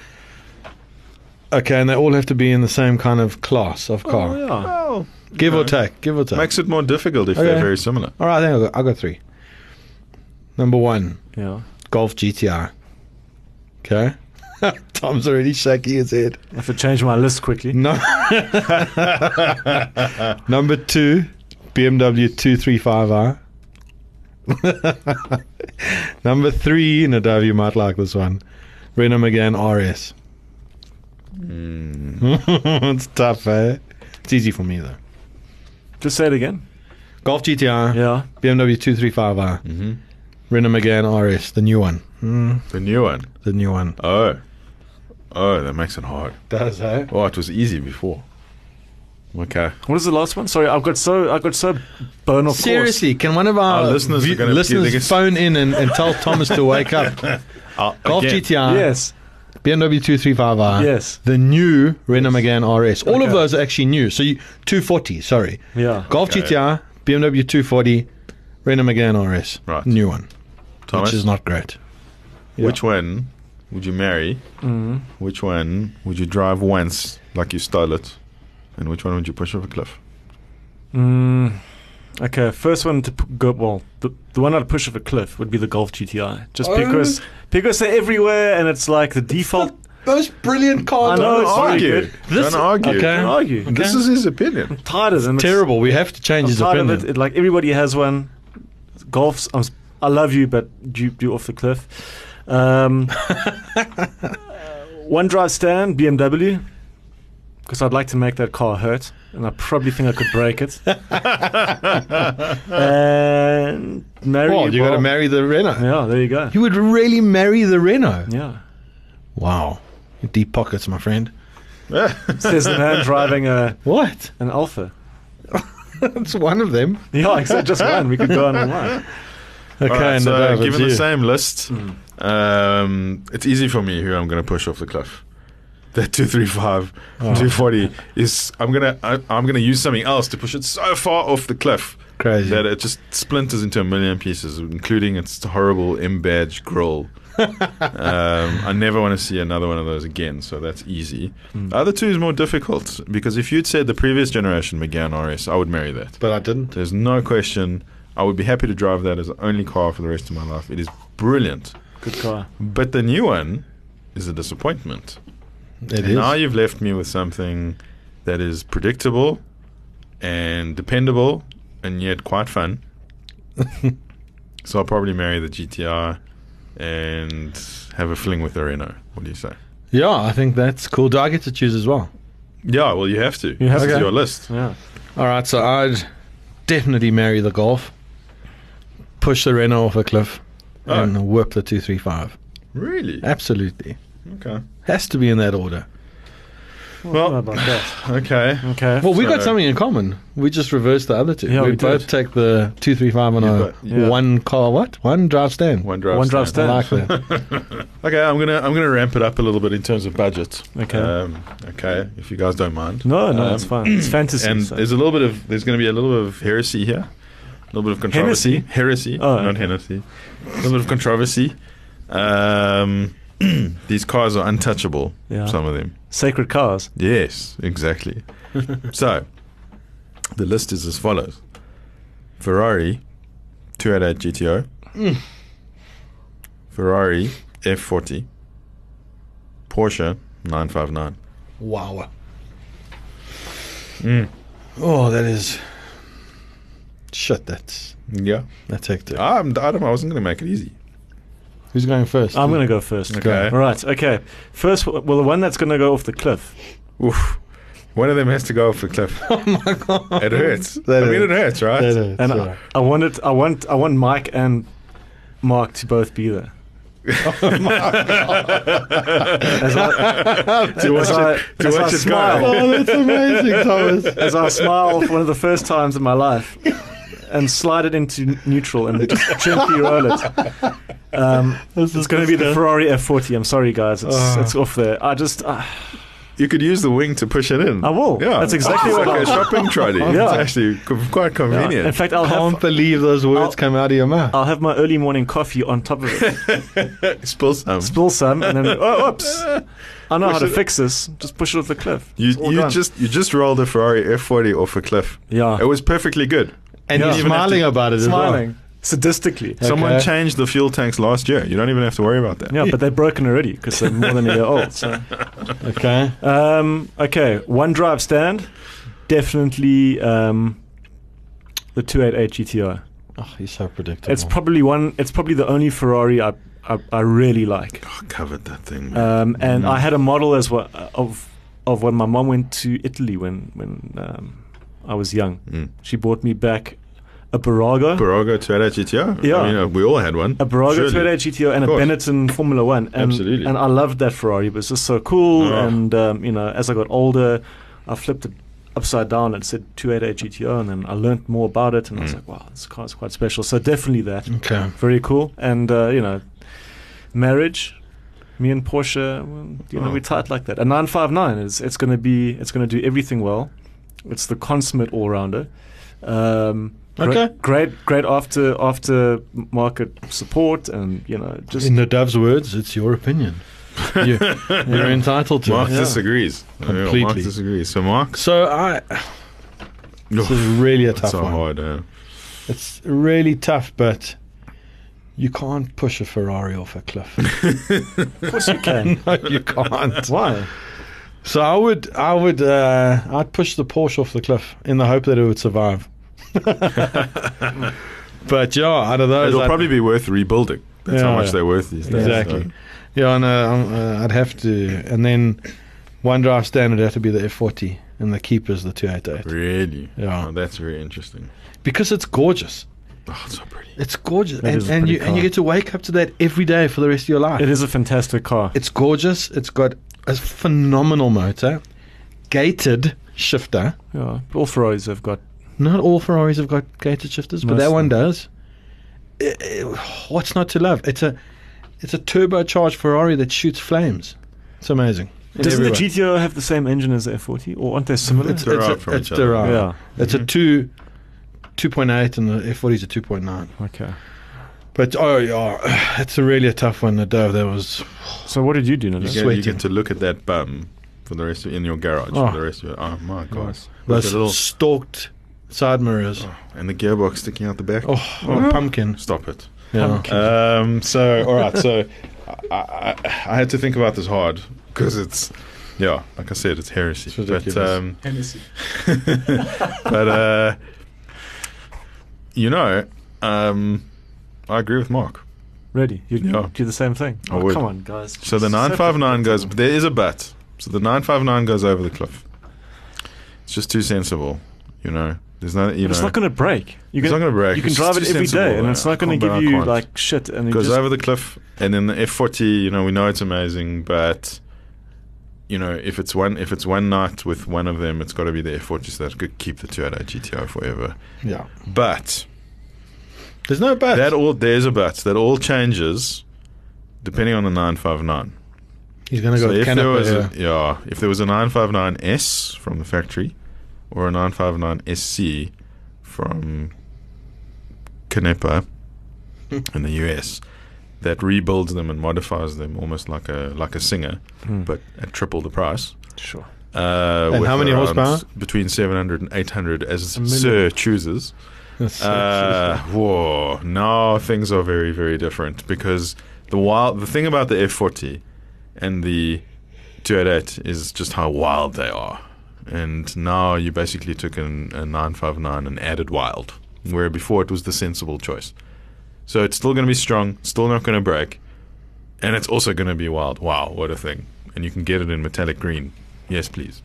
Speaker 2: Okay, and they all have to be in the same kind of class of car,
Speaker 1: Oh, yeah.
Speaker 3: Well,
Speaker 2: give or
Speaker 3: no.
Speaker 2: take. Give or take.
Speaker 3: makes it more difficult if
Speaker 2: Okay.
Speaker 3: they're very similar.
Speaker 2: all right. I think I'll go, I'll go three. Number one,
Speaker 1: Yeah.
Speaker 2: Golf GTI. Okay. Tom's already shaking his head.
Speaker 1: I have to change my list quickly.
Speaker 2: No. Number two, BMW 235i. Number three, Nadav, you might like this one. Renault Megane RS.
Speaker 3: Hmm.
Speaker 2: it's tough, eh? It's easy for me, though.
Speaker 1: Just say it again.
Speaker 2: Golf GTR,
Speaker 1: Yeah.
Speaker 2: BMW 235i,
Speaker 3: Mm-hmm.
Speaker 2: Renault Megane RS, the new one. Mm,
Speaker 3: The new one.
Speaker 2: the new one.
Speaker 3: Oh. Oh, that makes it hard.
Speaker 2: Does, eh?
Speaker 3: Oh, it was easy before. Okay.
Speaker 1: What was the last one? Sorry, I've got so I got so burn off
Speaker 2: Seriously, can one of our,
Speaker 3: Our listeners are
Speaker 2: vi-
Speaker 3: gonna-
Speaker 2: listeners
Speaker 3: they can-
Speaker 2: phone in and, and tell Thomas to wake up?
Speaker 3: I'll-
Speaker 2: Golf
Speaker 3: again.
Speaker 2: GTR,
Speaker 1: Course. Yes.
Speaker 2: BMW 235i.
Speaker 1: Yes.
Speaker 2: The new Renault Megane RS. All of
Speaker 1: Okay.
Speaker 2: those are actually new. So you, 240, sorry.
Speaker 1: Yeah.
Speaker 2: Golf
Speaker 3: Okay.
Speaker 2: GTR, BMW 240, Renault Megane RS.
Speaker 3: Right.
Speaker 2: New one,
Speaker 3: Thomas,
Speaker 2: which is not great.
Speaker 3: which one would you marry?
Speaker 2: Mm-hmm.
Speaker 1: Mm.
Speaker 3: Which one would you drive once, like you stole it? And which one would you push off a cliff?
Speaker 1: Mm. Okay, first one to p- go. Well, the, the one I'd push off a cliff would be the Golf GTI, just
Speaker 2: Oh.
Speaker 1: because because they're everywhere and it's like the default.
Speaker 2: Most brilliant car.
Speaker 1: I know
Speaker 3: Don't
Speaker 1: it's very
Speaker 3: argue.
Speaker 1: good.
Speaker 2: This-
Speaker 3: Don't argue.
Speaker 2: okay.
Speaker 1: Don't argue.
Speaker 3: This is his opinion.
Speaker 1: I'm tired of them. It's-
Speaker 2: Terrible. We have to change
Speaker 1: I'm
Speaker 2: his
Speaker 1: tired
Speaker 2: opinion.
Speaker 1: of it. it. Like everybody has one. Golf's. I'm, s- I love you, but you you off the cliff. Um, one drive stand BMW because I'd like to make that car hurt, and I probably think I could break it. and marry.
Speaker 2: Well, you got to
Speaker 1: well,
Speaker 2: marry the Renault.
Speaker 1: Yeah, there you go.
Speaker 2: You would really marry the Renault.
Speaker 1: Yeah,
Speaker 2: Wow. Deep pockets, my friend.
Speaker 1: says the man driving a
Speaker 2: What?
Speaker 1: an Alpha.
Speaker 2: That's one of them.
Speaker 1: Yeah, except just one. We could go on and on.
Speaker 2: Okay,
Speaker 3: All right,
Speaker 2: and
Speaker 3: so
Speaker 2: Nadav,
Speaker 3: given
Speaker 2: it's
Speaker 3: the
Speaker 2: you.
Speaker 3: same list, um, it's easy for me who I'm going to push off the cliff. That 235,
Speaker 2: Oh.
Speaker 3: 240 is I'm gonna I, I'm gonna use something else to push it so far off the cliff
Speaker 2: Crazy.
Speaker 3: that it just splinters into a million pieces, including its horrible embadge grill. um, I never want to see another one of those again, so that's easy.
Speaker 2: Hmm.
Speaker 3: The other two is more difficult because if you'd said the previous generation began RS, I would marry that.
Speaker 2: But I didn't.
Speaker 3: There's no question. I would be happy to drive that as the only car for the rest of my life. It is brilliant.
Speaker 1: Good car.
Speaker 3: But the new one is a disappointment.
Speaker 2: It
Speaker 3: and
Speaker 2: is.
Speaker 3: now you've left me with something that is predictable and dependable and yet quite fun. so I'll probably marry the GTR and have a fling with the Renault. What do you say?
Speaker 2: Yeah, I think that's cool. Do I get to choose as well?
Speaker 3: Yeah, well, you have to.
Speaker 1: You have
Speaker 3: This
Speaker 1: to.
Speaker 3: is your list.
Speaker 1: Yeah.
Speaker 2: All right, so I'd definitely marry the golf, push the Renault off a cliff,
Speaker 3: Oh.
Speaker 2: and whip the 235.
Speaker 3: Really?
Speaker 2: Absolutely.
Speaker 3: Okay.
Speaker 2: Has to be in that order.
Speaker 1: Well, how about that.
Speaker 3: Okay.
Speaker 1: Okay.
Speaker 2: Well, we got
Speaker 3: So-
Speaker 2: something in common. We just reversed the other two.
Speaker 1: Yeah,
Speaker 2: we,
Speaker 1: we did.
Speaker 2: both take the 235 on
Speaker 3: Yeah,
Speaker 2: a
Speaker 3: but- yeah.
Speaker 2: one car, what? One drive stand.
Speaker 3: One drive.
Speaker 1: One drive
Speaker 2: I
Speaker 1: stand.
Speaker 2: like that.
Speaker 3: Okay, I'm gonna I'm gonna ramp it up a little bit in terms of budget.
Speaker 1: Okay.
Speaker 3: Um, okay, if you guys don't mind.
Speaker 1: no, no,
Speaker 3: Um,
Speaker 1: it's fine. It's fantasy.
Speaker 3: And
Speaker 1: so-
Speaker 3: there's a little bit of there's gonna be a little bit of heresy here, a little bit of controversy. Heresy,
Speaker 1: Oh,
Speaker 3: not
Speaker 1: okay.
Speaker 3: Hennessy. A little bit of controversy. Um, these cars are untouchable.
Speaker 1: Yeah.
Speaker 3: Some of them.
Speaker 1: Sacred cars.
Speaker 3: Yes, exactly. so, the list is as follows: Ferrari 288 GTO,
Speaker 1: Mm.
Speaker 3: Ferrari F40, Porsche 959.
Speaker 2: Wow. Oh, that is. Shit, that's
Speaker 3: Yeah,
Speaker 2: that's hectic.
Speaker 3: I'm, I don't know. I wasn't going to make it easy.
Speaker 2: Who's going first?
Speaker 1: I'm going to go first.
Speaker 3: Okay.
Speaker 1: All right. Okay. First, well, the one that's going to go off the cliff.
Speaker 3: Oof. One of them has to go off the cliff.
Speaker 2: Oh my god.
Speaker 3: It hurts. I
Speaker 2: That
Speaker 3: mean, it
Speaker 2: hurts.
Speaker 3: hurts, right?
Speaker 2: That is,
Speaker 1: And
Speaker 2: yeah.
Speaker 1: I, I wanted, I want, I want Mike and Mark to both be there. as I,
Speaker 3: To watch
Speaker 1: as I,
Speaker 3: it, to
Speaker 1: as I
Speaker 3: watch it
Speaker 1: smile,
Speaker 3: go.
Speaker 2: oh, that's amazing, Thomas.
Speaker 1: as I smile for one of the first times in my life, and slide it into neutral and just gently roll it. Um, it's going to be the Ferrari F40. I'm sorry, guys. It's it's off there. I just uh,
Speaker 3: You could use the wing to push it in.
Speaker 1: I will.
Speaker 3: Yeah.
Speaker 1: That's exactly
Speaker 3: It's
Speaker 1: what
Speaker 3: like
Speaker 1: I-
Speaker 3: a shopping trolley.
Speaker 1: Yeah.
Speaker 3: It's actually co- quite convenient.
Speaker 1: in fact I'll
Speaker 2: Can't
Speaker 1: have
Speaker 2: believe those words come out of your mouth.
Speaker 1: I'll have my early morning coffee on top of it.
Speaker 3: Spill some.
Speaker 1: Spill some and then oh oops. I know how to
Speaker 3: it-
Speaker 1: fix this. Just push it off the cliff.
Speaker 3: You
Speaker 1: It's all
Speaker 3: you
Speaker 1: done.
Speaker 3: just you just rolled a Ferrari F40 off a cliff.
Speaker 1: Yeah.
Speaker 3: It was perfectly good.
Speaker 2: and
Speaker 1: Yeah.
Speaker 2: you're smiling
Speaker 3: Even
Speaker 2: about it as well.
Speaker 1: smiling sadistically.
Speaker 3: Someone
Speaker 2: Okay.
Speaker 3: changed the fuel tanks last year. You don't even have to worry about that.
Speaker 1: Yeah, but they're broken already because they're more than a year old. So.
Speaker 2: Okay.
Speaker 1: Um, okay, one drive stand, definitely um, the 288 GTI.
Speaker 2: Oh, you're so predictable.
Speaker 1: It's probably one. It's probably the only Ferrari I I, I really like.
Speaker 3: I covered that thing. man.
Speaker 1: Um, and I had a model as well of of when my mom went to Italy when when um, I was young.
Speaker 3: Mm.
Speaker 1: She brought me back a Baraga,
Speaker 3: Barago Toyota GTR.
Speaker 1: Yeah.
Speaker 3: I mean, uh, we all had one.
Speaker 1: a Baraga
Speaker 3: surely.
Speaker 1: 288 GTO, and a
Speaker 3: course.
Speaker 1: Benetton Formula One. And,
Speaker 3: Absolutely. Oh.
Speaker 1: And I loved that Ferrari. It was just so cool.
Speaker 3: Yeah.
Speaker 1: And um, you know, as I got older, I flipped it upside down and said 288 GTO, and then I learned more about it,
Speaker 3: Mm.
Speaker 1: and I was like, wow, this car is quite special. So definitely that.
Speaker 2: okay.
Speaker 1: Very cool. And, uh, you know, marriage, me and Porsche, well, you know,
Speaker 3: Oh.
Speaker 1: we're tight like that. A 959 is, it's going to be, it's going to do everything well. It's the consummate all rounder. Um, gre-
Speaker 2: Okay.
Speaker 1: Great, great after after market support and, you know, just.
Speaker 2: In the dove's words, it's your opinion. You, are entitled to
Speaker 3: Mark
Speaker 2: it.
Speaker 3: disagrees. Yeah, Mark
Speaker 2: Completely.
Speaker 3: disagrees. So Mark,
Speaker 2: So I, this is really a tough
Speaker 3: so
Speaker 2: one.
Speaker 3: hard. Uh,
Speaker 2: It's really tough, but you can't push a Ferrari off a cliff.
Speaker 1: of course you can.
Speaker 2: no, you can't.
Speaker 1: Why?
Speaker 2: So I would, I would, uh, I'd push the Porsche off the cliff in the hope that it would survive. but yeah, out of those,
Speaker 3: It'll
Speaker 2: I'd-
Speaker 3: probably be worth rebuilding. That's how
Speaker 2: Yeah,
Speaker 3: much
Speaker 2: yeah.
Speaker 3: they're worth these days.
Speaker 2: exactly.
Speaker 3: so-
Speaker 2: Yeah, and uh, um, uh, I'd have to, and then one drive standard had to be the F40, and the keeper's the 288
Speaker 3: Really?
Speaker 2: Yeah.
Speaker 3: Oh, that's very interesting.
Speaker 2: because it's gorgeous.
Speaker 3: Oh, it's so pretty.
Speaker 2: It's gorgeous,
Speaker 1: That
Speaker 2: and,
Speaker 1: is a
Speaker 2: and
Speaker 1: pretty
Speaker 2: you and
Speaker 1: car.
Speaker 2: you get to wake up to that every day for the rest of your life.
Speaker 1: It is a fantastic car.
Speaker 2: It's gorgeous. It's got a phenomenal motor, gated shifter.
Speaker 1: yeah. All Ferraris have got.
Speaker 2: Not all Ferraris have got gated shifters, but
Speaker 1: Most
Speaker 2: that
Speaker 1: of
Speaker 2: one
Speaker 1: them.
Speaker 2: does. I- I- what's not to love? It's a it's a turbocharged Ferrari that shoots flames. It's amazing. In
Speaker 1: Doesn't
Speaker 2: every
Speaker 1: the
Speaker 2: way.
Speaker 1: GTO have the same engine as the F40? Or aren't they similar?
Speaker 2: It's,
Speaker 3: Derived
Speaker 2: it's,
Speaker 3: from
Speaker 2: a, it's
Speaker 3: each other. Mm-hmm.
Speaker 2: derived.
Speaker 1: yeah.
Speaker 2: It's a two. 2.8 and the F40 is a 2.9.
Speaker 1: Okay.
Speaker 2: But oh, yeah, that's a really a tough one. The Dove, that was
Speaker 1: So what did you do, Nicholas?
Speaker 3: You get, you
Speaker 2: Sweating.
Speaker 3: get to look at that bum for the rest of, in your garage
Speaker 2: Oh.
Speaker 3: for the rest of it. Oh my god!
Speaker 1: Nice.
Speaker 3: With
Speaker 2: those
Speaker 3: the little
Speaker 2: stalked side mirrors.
Speaker 3: and the gearbox sticking out the back.
Speaker 2: Oh, pumpkin.
Speaker 3: Stop it.
Speaker 2: Yeah.
Speaker 3: Um, so all right, so I, I, I had to think about this hard because it's yeah, like I said, it's heresy.
Speaker 2: It's ridiculous.
Speaker 3: But, um, but uh, you know, um, I agree with Mark.
Speaker 1: Ready? You'd
Speaker 3: Yeah.
Speaker 1: do the same thing. Oh,
Speaker 3: I would.
Speaker 1: Come on, guys.
Speaker 3: So the 959 goes, but there is a but. So the 959 goes over the cliff. It's just too sensible, you know. There's no, you
Speaker 1: But it's
Speaker 3: know,
Speaker 1: not going to break. You
Speaker 3: It's not gonna break.
Speaker 1: You can
Speaker 3: It's
Speaker 1: drive
Speaker 3: just
Speaker 1: it
Speaker 3: too
Speaker 1: every
Speaker 3: sensible,
Speaker 1: day, and
Speaker 3: though.
Speaker 1: it's not
Speaker 3: I
Speaker 1: going
Speaker 3: can't
Speaker 1: to give you
Speaker 3: buy- I can't.
Speaker 1: like shit. And it
Speaker 3: goes
Speaker 1: just,
Speaker 3: over the cliff, and then the F40. You know, we know it's amazing, but you know, if it's one, if it's one night with one of them, it's got to be the F40, so that could keep the 288 GTR forever.
Speaker 2: yeah.
Speaker 3: But
Speaker 2: There's no but.
Speaker 3: that all there's a but. That all changes depending on the 959.
Speaker 2: He's going to
Speaker 3: So
Speaker 2: go
Speaker 3: if
Speaker 2: canapa
Speaker 3: there was
Speaker 2: here.
Speaker 3: a, yeah, if there was a 959S from the factory, or a 959SC from Canepa in the US, that rebuilds them and modifies them almost like a like a singer, but at triple the price.
Speaker 1: Sure.
Speaker 3: Uh,
Speaker 2: And
Speaker 3: with
Speaker 2: how many
Speaker 3: around
Speaker 2: horsepower?
Speaker 3: s- Between 700 and 800, as
Speaker 1: million.
Speaker 3: Sir chooses.
Speaker 2: That's-
Speaker 3: Uh, whoa! Now things are very, very different because the wild, the thing about the F40 and the 288 is just how wild they are. And now you basically took an, a 959 and added wild, where before it was the sensible choice. So it's still going to be strong, still not going to break, and it's also going to be wild. Wow, what a thing! And you can get it in metallic green. Yes, please.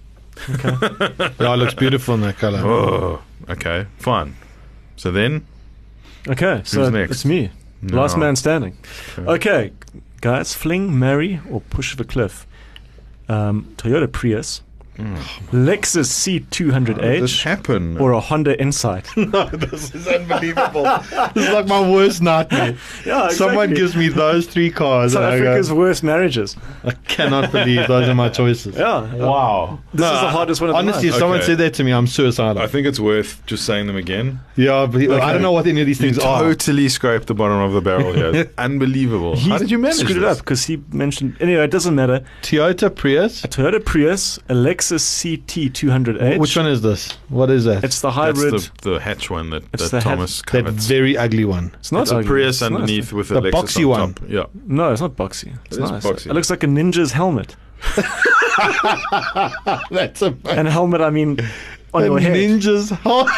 Speaker 2: yeah, it looks beautiful in that color.
Speaker 3: Oh, okay, fine. So then
Speaker 1: Okay, so
Speaker 3: next?
Speaker 1: it's me. Last man standing. Okay, guys, fling, marry, or push of a cliff. Um, Toyota Prius, Lexus
Speaker 3: Hmm. this
Speaker 1: C200H,
Speaker 3: happen?
Speaker 1: or a Honda Insight.
Speaker 2: this is unbelievable. this is like my worst nightmare.
Speaker 1: yeah,
Speaker 2: Someone gives me those three cars,
Speaker 1: South
Speaker 2: and I,
Speaker 1: Africa's
Speaker 2: go,
Speaker 1: worst marriages.
Speaker 2: I cannot believe those are my choices.
Speaker 1: Yeah.
Speaker 3: wow.
Speaker 1: This is the hardest one of
Speaker 2: Honestly, if
Speaker 1: the night.
Speaker 2: someone
Speaker 3: Okay.
Speaker 2: said that to me, I'm suicidal.
Speaker 3: I think it's worth just saying them again.
Speaker 2: yeah, but I don't know what any of these things are.
Speaker 3: Totally scraped the bottom of the barrel here. Unbelievable.
Speaker 1: He
Speaker 3: How did you manage
Speaker 1: screwed it up
Speaker 3: this?
Speaker 1: because he mentioned. Anyway, it doesn't matter.
Speaker 2: Toyota Prius.
Speaker 1: Toyota Prius, a Lexus CT200H.
Speaker 2: Which one is this? What is that?
Speaker 1: It's the
Speaker 3: That's
Speaker 1: hybrid.
Speaker 3: the, the hatch one that,
Speaker 1: It's
Speaker 3: that
Speaker 1: the hat-
Speaker 3: Thomas
Speaker 2: that
Speaker 3: covets.
Speaker 2: very ugly one.
Speaker 1: it's not
Speaker 3: it's a
Speaker 1: ugly. It's
Speaker 3: Prius
Speaker 1: nice.
Speaker 3: underneath with a
Speaker 2: The
Speaker 3: Lexus
Speaker 2: boxy
Speaker 3: on
Speaker 2: one.
Speaker 3: top. Yeah.
Speaker 1: No, it's not boxy. It's
Speaker 3: It is
Speaker 1: nice.
Speaker 3: boxy.
Speaker 1: It looks like a ninja's helmet.
Speaker 2: That's a
Speaker 1: And helmet, I mean, on your head.
Speaker 2: ninja's heart.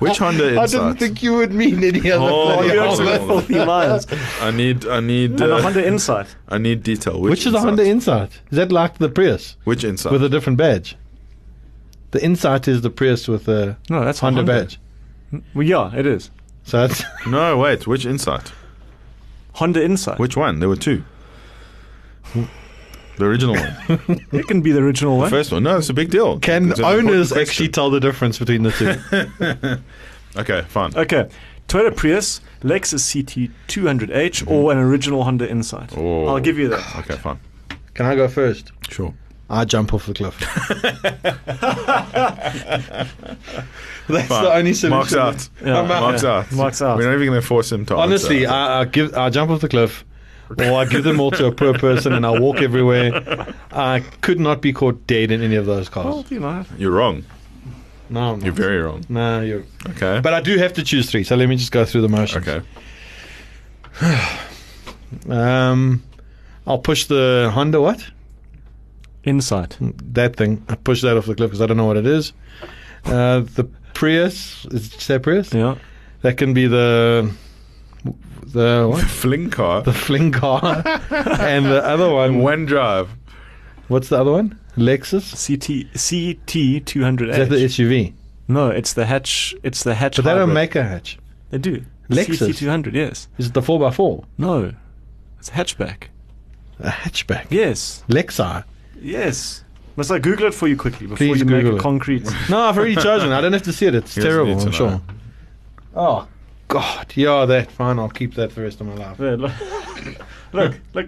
Speaker 3: Which Honda
Speaker 2: I
Speaker 3: is
Speaker 2: didn't
Speaker 3: that?
Speaker 2: think you would mean any other.
Speaker 3: Oh,
Speaker 1: Oh,
Speaker 2: bloody
Speaker 1: you
Speaker 3: yeah.
Speaker 1: guys
Speaker 2: helmet.
Speaker 1: are filthy minds.
Speaker 3: I need I need
Speaker 1: And a
Speaker 3: uh,
Speaker 1: Honda Insight.
Speaker 3: I need detail. Which,
Speaker 2: Which is the
Speaker 3: inside?
Speaker 2: Honda Insight? Is that like the Prius
Speaker 3: Which inside?
Speaker 2: with a different badge? The Insight is the Prius with a
Speaker 1: No, that's
Speaker 2: Honda,
Speaker 1: Honda.
Speaker 2: badge.
Speaker 1: Well, yeah, it is.
Speaker 2: So that's
Speaker 3: no, wait. Which inside?
Speaker 1: Honda Insight.
Speaker 3: Which one? There were two. The original one.
Speaker 1: It can be the original one.
Speaker 3: First one. No, it's a big deal.
Speaker 2: can
Speaker 3: It's an important
Speaker 2: owners
Speaker 3: question.
Speaker 2: actually tell the difference between the two?
Speaker 3: Okay, fine.
Speaker 1: Okay. Toyota Prius, Lexus CT200H, or an original Honda Insight.
Speaker 3: Oh.
Speaker 1: I'll give you that.
Speaker 3: Okay, fine.
Speaker 2: can I go first?
Speaker 3: Sure.
Speaker 2: I jump off the cliff. that's
Speaker 3: Fine.
Speaker 2: the only solution.
Speaker 3: Marks out.
Speaker 1: Yeah.
Speaker 3: Marks
Speaker 1: Yeah.
Speaker 3: out.
Speaker 1: Marks out.
Speaker 3: We're not even going to force him to
Speaker 2: Honestly,
Speaker 3: answer.
Speaker 2: I, I give I jump off the cliff, or I give them all to a poor person, and I walk everywhere. I could not be caught dead in any of those
Speaker 1: Well,
Speaker 2: cars.
Speaker 1: you know,
Speaker 3: You're wrong.
Speaker 2: No, I'm
Speaker 3: You're
Speaker 2: not.
Speaker 3: very wrong.
Speaker 2: no, you're.
Speaker 3: Okay.
Speaker 2: But I do have to choose three, so let me just go through the motions.
Speaker 3: okay.
Speaker 2: Um, I'll push the Honda what
Speaker 1: Insight.
Speaker 2: that thing. I push that off the cliff because I don't know what it is. Uh, the Prius is it that Prius?
Speaker 1: Yeah.
Speaker 2: That can be the the what?
Speaker 3: Fling car.
Speaker 2: the fling car, and the other one.
Speaker 3: One drive.
Speaker 2: What's the other one? Lexus.
Speaker 1: CT CT200H.
Speaker 2: Is that the SUV?
Speaker 1: No, it's the hatch. It's the hatch.
Speaker 2: But they don't
Speaker 1: hybrid.
Speaker 2: make a hatch.
Speaker 1: They do.
Speaker 2: Lexus.
Speaker 1: CT200, yes.
Speaker 2: Is it the 4x4?
Speaker 1: No. It's a hatchback.
Speaker 2: A hatchback.
Speaker 1: Yes.
Speaker 2: Lexi.
Speaker 1: Yes. Must I Google it for you quickly before
Speaker 2: Please
Speaker 1: you
Speaker 2: Google
Speaker 1: make
Speaker 2: it.
Speaker 1: a concrete?
Speaker 2: No, I've already chosen. I don't have to see it. It's
Speaker 3: He doesn't
Speaker 2: terrible,
Speaker 3: need to
Speaker 2: I'm sure.
Speaker 3: know.
Speaker 2: Oh, God. Yeah, that. Fine. I'll keep that for the rest of my life.
Speaker 1: There, look, look, look.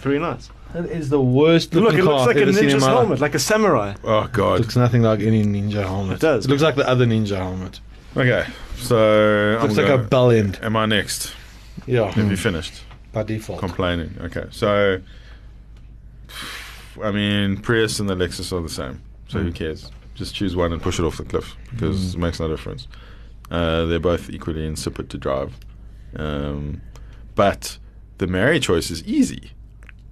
Speaker 1: Very nice.
Speaker 2: That is the worst
Speaker 1: Look,
Speaker 2: looking
Speaker 1: it looks
Speaker 2: car
Speaker 1: like
Speaker 2: I've
Speaker 1: a
Speaker 2: ever seen in
Speaker 1: ninja's
Speaker 2: my
Speaker 1: helmet,
Speaker 2: life.
Speaker 1: like a samurai.
Speaker 3: Oh
Speaker 2: It
Speaker 3: God.
Speaker 2: looks nothing like any ninja helmet.
Speaker 1: It does.
Speaker 2: It looks like the other ninja helmet.
Speaker 3: Okay. So
Speaker 2: It
Speaker 3: I'm
Speaker 2: looks like a
Speaker 3: gonna-
Speaker 2: bell end.
Speaker 3: Am I next?
Speaker 2: Yeah.
Speaker 3: Have you finished
Speaker 2: By default.
Speaker 3: complaining? Okay. So, I mean, Prius and the Lexus are the same. So who cares? Just choose one and push it off the cliff because it makes no difference. Uh, they're both equally insipid to drive. Um, but the Mary choice is easy.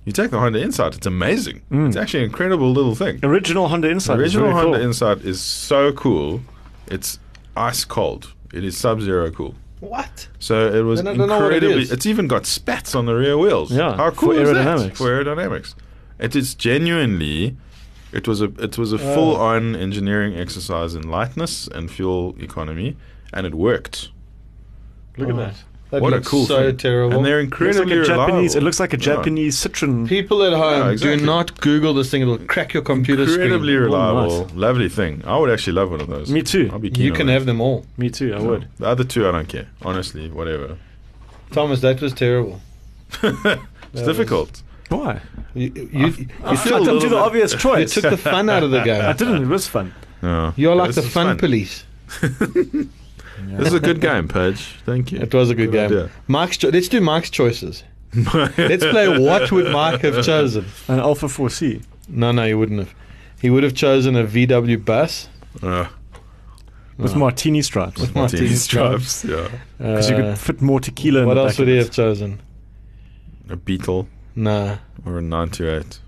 Speaker 3: You take the Honda Insight; it's amazing. It's actually an incredible little thing.
Speaker 1: Original Honda Insight.
Speaker 3: The
Speaker 1: is
Speaker 3: original
Speaker 1: very
Speaker 3: Honda
Speaker 1: cool.
Speaker 3: Insight is so cool. It's ice cold. It is sub-zero cool.
Speaker 2: What?
Speaker 3: So it was
Speaker 2: Then I don't know what it
Speaker 3: incredibly.
Speaker 2: is.
Speaker 3: it's even got spats on the rear wheels.
Speaker 1: Yeah,
Speaker 3: how cool
Speaker 1: for
Speaker 3: is that
Speaker 1: aerodynamics.
Speaker 3: for aerodynamics? It is genuinely. It was a it was a
Speaker 2: Uh.
Speaker 3: full on engineering exercise in lightness and fuel economy, and it worked.
Speaker 2: Look
Speaker 1: Oh.
Speaker 2: at that. That
Speaker 3: what a
Speaker 2: looks
Speaker 3: cool
Speaker 2: so
Speaker 3: thing!
Speaker 2: terrible.
Speaker 3: And they're
Speaker 1: It looks
Speaker 3: incredibly
Speaker 1: like a
Speaker 3: reliable.
Speaker 1: Japanese. It looks like a
Speaker 3: Yeah.
Speaker 1: Japanese Citroen.
Speaker 2: People at home,
Speaker 3: exactly.
Speaker 2: do not Google this thing. It'll crack your computer
Speaker 3: incredibly
Speaker 2: screen.
Speaker 3: reliable,
Speaker 1: Oh, nice.
Speaker 3: lovely thing. I would actually love one of those.
Speaker 1: Me too.
Speaker 3: I'll be keen
Speaker 2: You
Speaker 3: on
Speaker 2: can
Speaker 3: that.
Speaker 2: have them all.
Speaker 1: Me too. I would.
Speaker 3: the other two. I don't care. Honestly, whatever.
Speaker 2: Thomas, that was terrible.
Speaker 3: It's difficult.
Speaker 1: Why?
Speaker 2: You, you, you
Speaker 1: I
Speaker 2: took,
Speaker 1: didn't do the obvious
Speaker 2: you
Speaker 1: choice.
Speaker 2: took the fun out of the
Speaker 1: I
Speaker 2: game.
Speaker 1: didn't. It was fun.
Speaker 3: No.
Speaker 2: You're like
Speaker 3: This
Speaker 2: the
Speaker 3: is
Speaker 2: fun, police.
Speaker 3: This is a good game, Pudge. Thank you.
Speaker 2: It was a good, game.
Speaker 3: idea.
Speaker 2: Mike's cho- let's do Mike's choices. let's play what would Mike have chosen?
Speaker 1: An Alpha 4C.
Speaker 2: No, no, he wouldn't have. He would have chosen a VW bus.
Speaker 3: Uh,
Speaker 1: With martini stripes.
Speaker 2: Martini
Speaker 3: Martini
Speaker 2: stripes.
Speaker 3: stripes. Yeah.
Speaker 1: Because you
Speaker 2: Uh,
Speaker 1: could fit more tequila in
Speaker 2: what
Speaker 1: the
Speaker 2: else
Speaker 1: back
Speaker 2: would
Speaker 1: of
Speaker 2: he
Speaker 1: it.
Speaker 2: have chosen?
Speaker 3: A Beetle
Speaker 2: Nah,
Speaker 3: or a 928.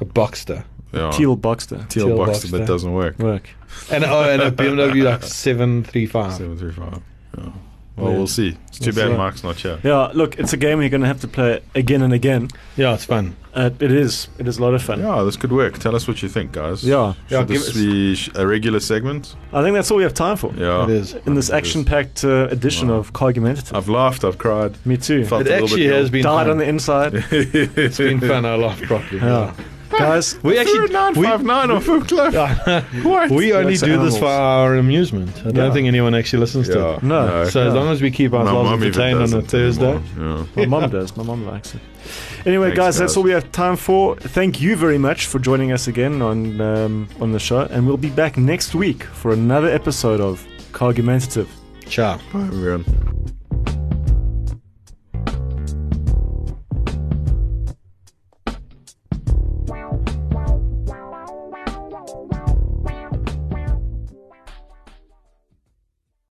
Speaker 2: a Boxster.
Speaker 3: Yeah.
Speaker 1: Teal Boxster.
Speaker 3: Teal
Speaker 2: Teal
Speaker 3: box
Speaker 2: Boxster.
Speaker 3: that doesn't work.
Speaker 1: Work.
Speaker 2: And oh, and a BMW like seven three five.
Speaker 3: 735. Yeah. Well,
Speaker 2: Yeah.
Speaker 3: we'll see. It's too
Speaker 2: We'll
Speaker 3: bad
Speaker 2: see.
Speaker 3: Mark's not here.
Speaker 1: Yeah, look, it's a game you're going to have to play again and again.
Speaker 2: Yeah, it's fun.
Speaker 1: Uh, it is. It is a lot of fun.
Speaker 3: Yeah, this could work. Tell us what you think, guys.
Speaker 1: Yeah.
Speaker 3: Should
Speaker 2: Yeah, give
Speaker 3: this
Speaker 2: us-
Speaker 3: be sh- a regular segment?
Speaker 1: I think that's all we have time for
Speaker 3: Yeah.
Speaker 2: It is.
Speaker 1: in this action packed uh, edition of Cargumentative.
Speaker 3: I've laughed, I've cried.
Speaker 1: Me too.
Speaker 3: Felt
Speaker 2: It
Speaker 3: a little
Speaker 2: actually
Speaker 3: bit
Speaker 2: has been
Speaker 1: Died
Speaker 2: fun.
Speaker 1: on the inside.
Speaker 3: it's
Speaker 2: It's been fun. I laughed properly.
Speaker 1: Yeah. Guys,
Speaker 2: We actually we,
Speaker 3: off of cliff.
Speaker 2: we only
Speaker 1: That's
Speaker 2: do this
Speaker 1: animals.
Speaker 2: for our amusement. I don't
Speaker 1: Yeah.
Speaker 2: think anyone actually listens to
Speaker 3: Yeah,
Speaker 2: it.
Speaker 1: No.
Speaker 2: So as
Speaker 1: Yeah.
Speaker 2: long as we keep
Speaker 3: My
Speaker 2: ourselves
Speaker 3: mum even
Speaker 2: entertained on a
Speaker 3: doesn't anymore.
Speaker 2: Thursday,
Speaker 3: Yeah.
Speaker 1: my mum does. My mum likes it. Anyway,
Speaker 3: Thanks,
Speaker 1: guys, that's
Speaker 3: guys.
Speaker 1: all we have time for. Thank you very much for joining us again on um, on the show, and we'll be back next week for another episode of Cargumentative.
Speaker 2: ciao.
Speaker 3: Bye, everyone.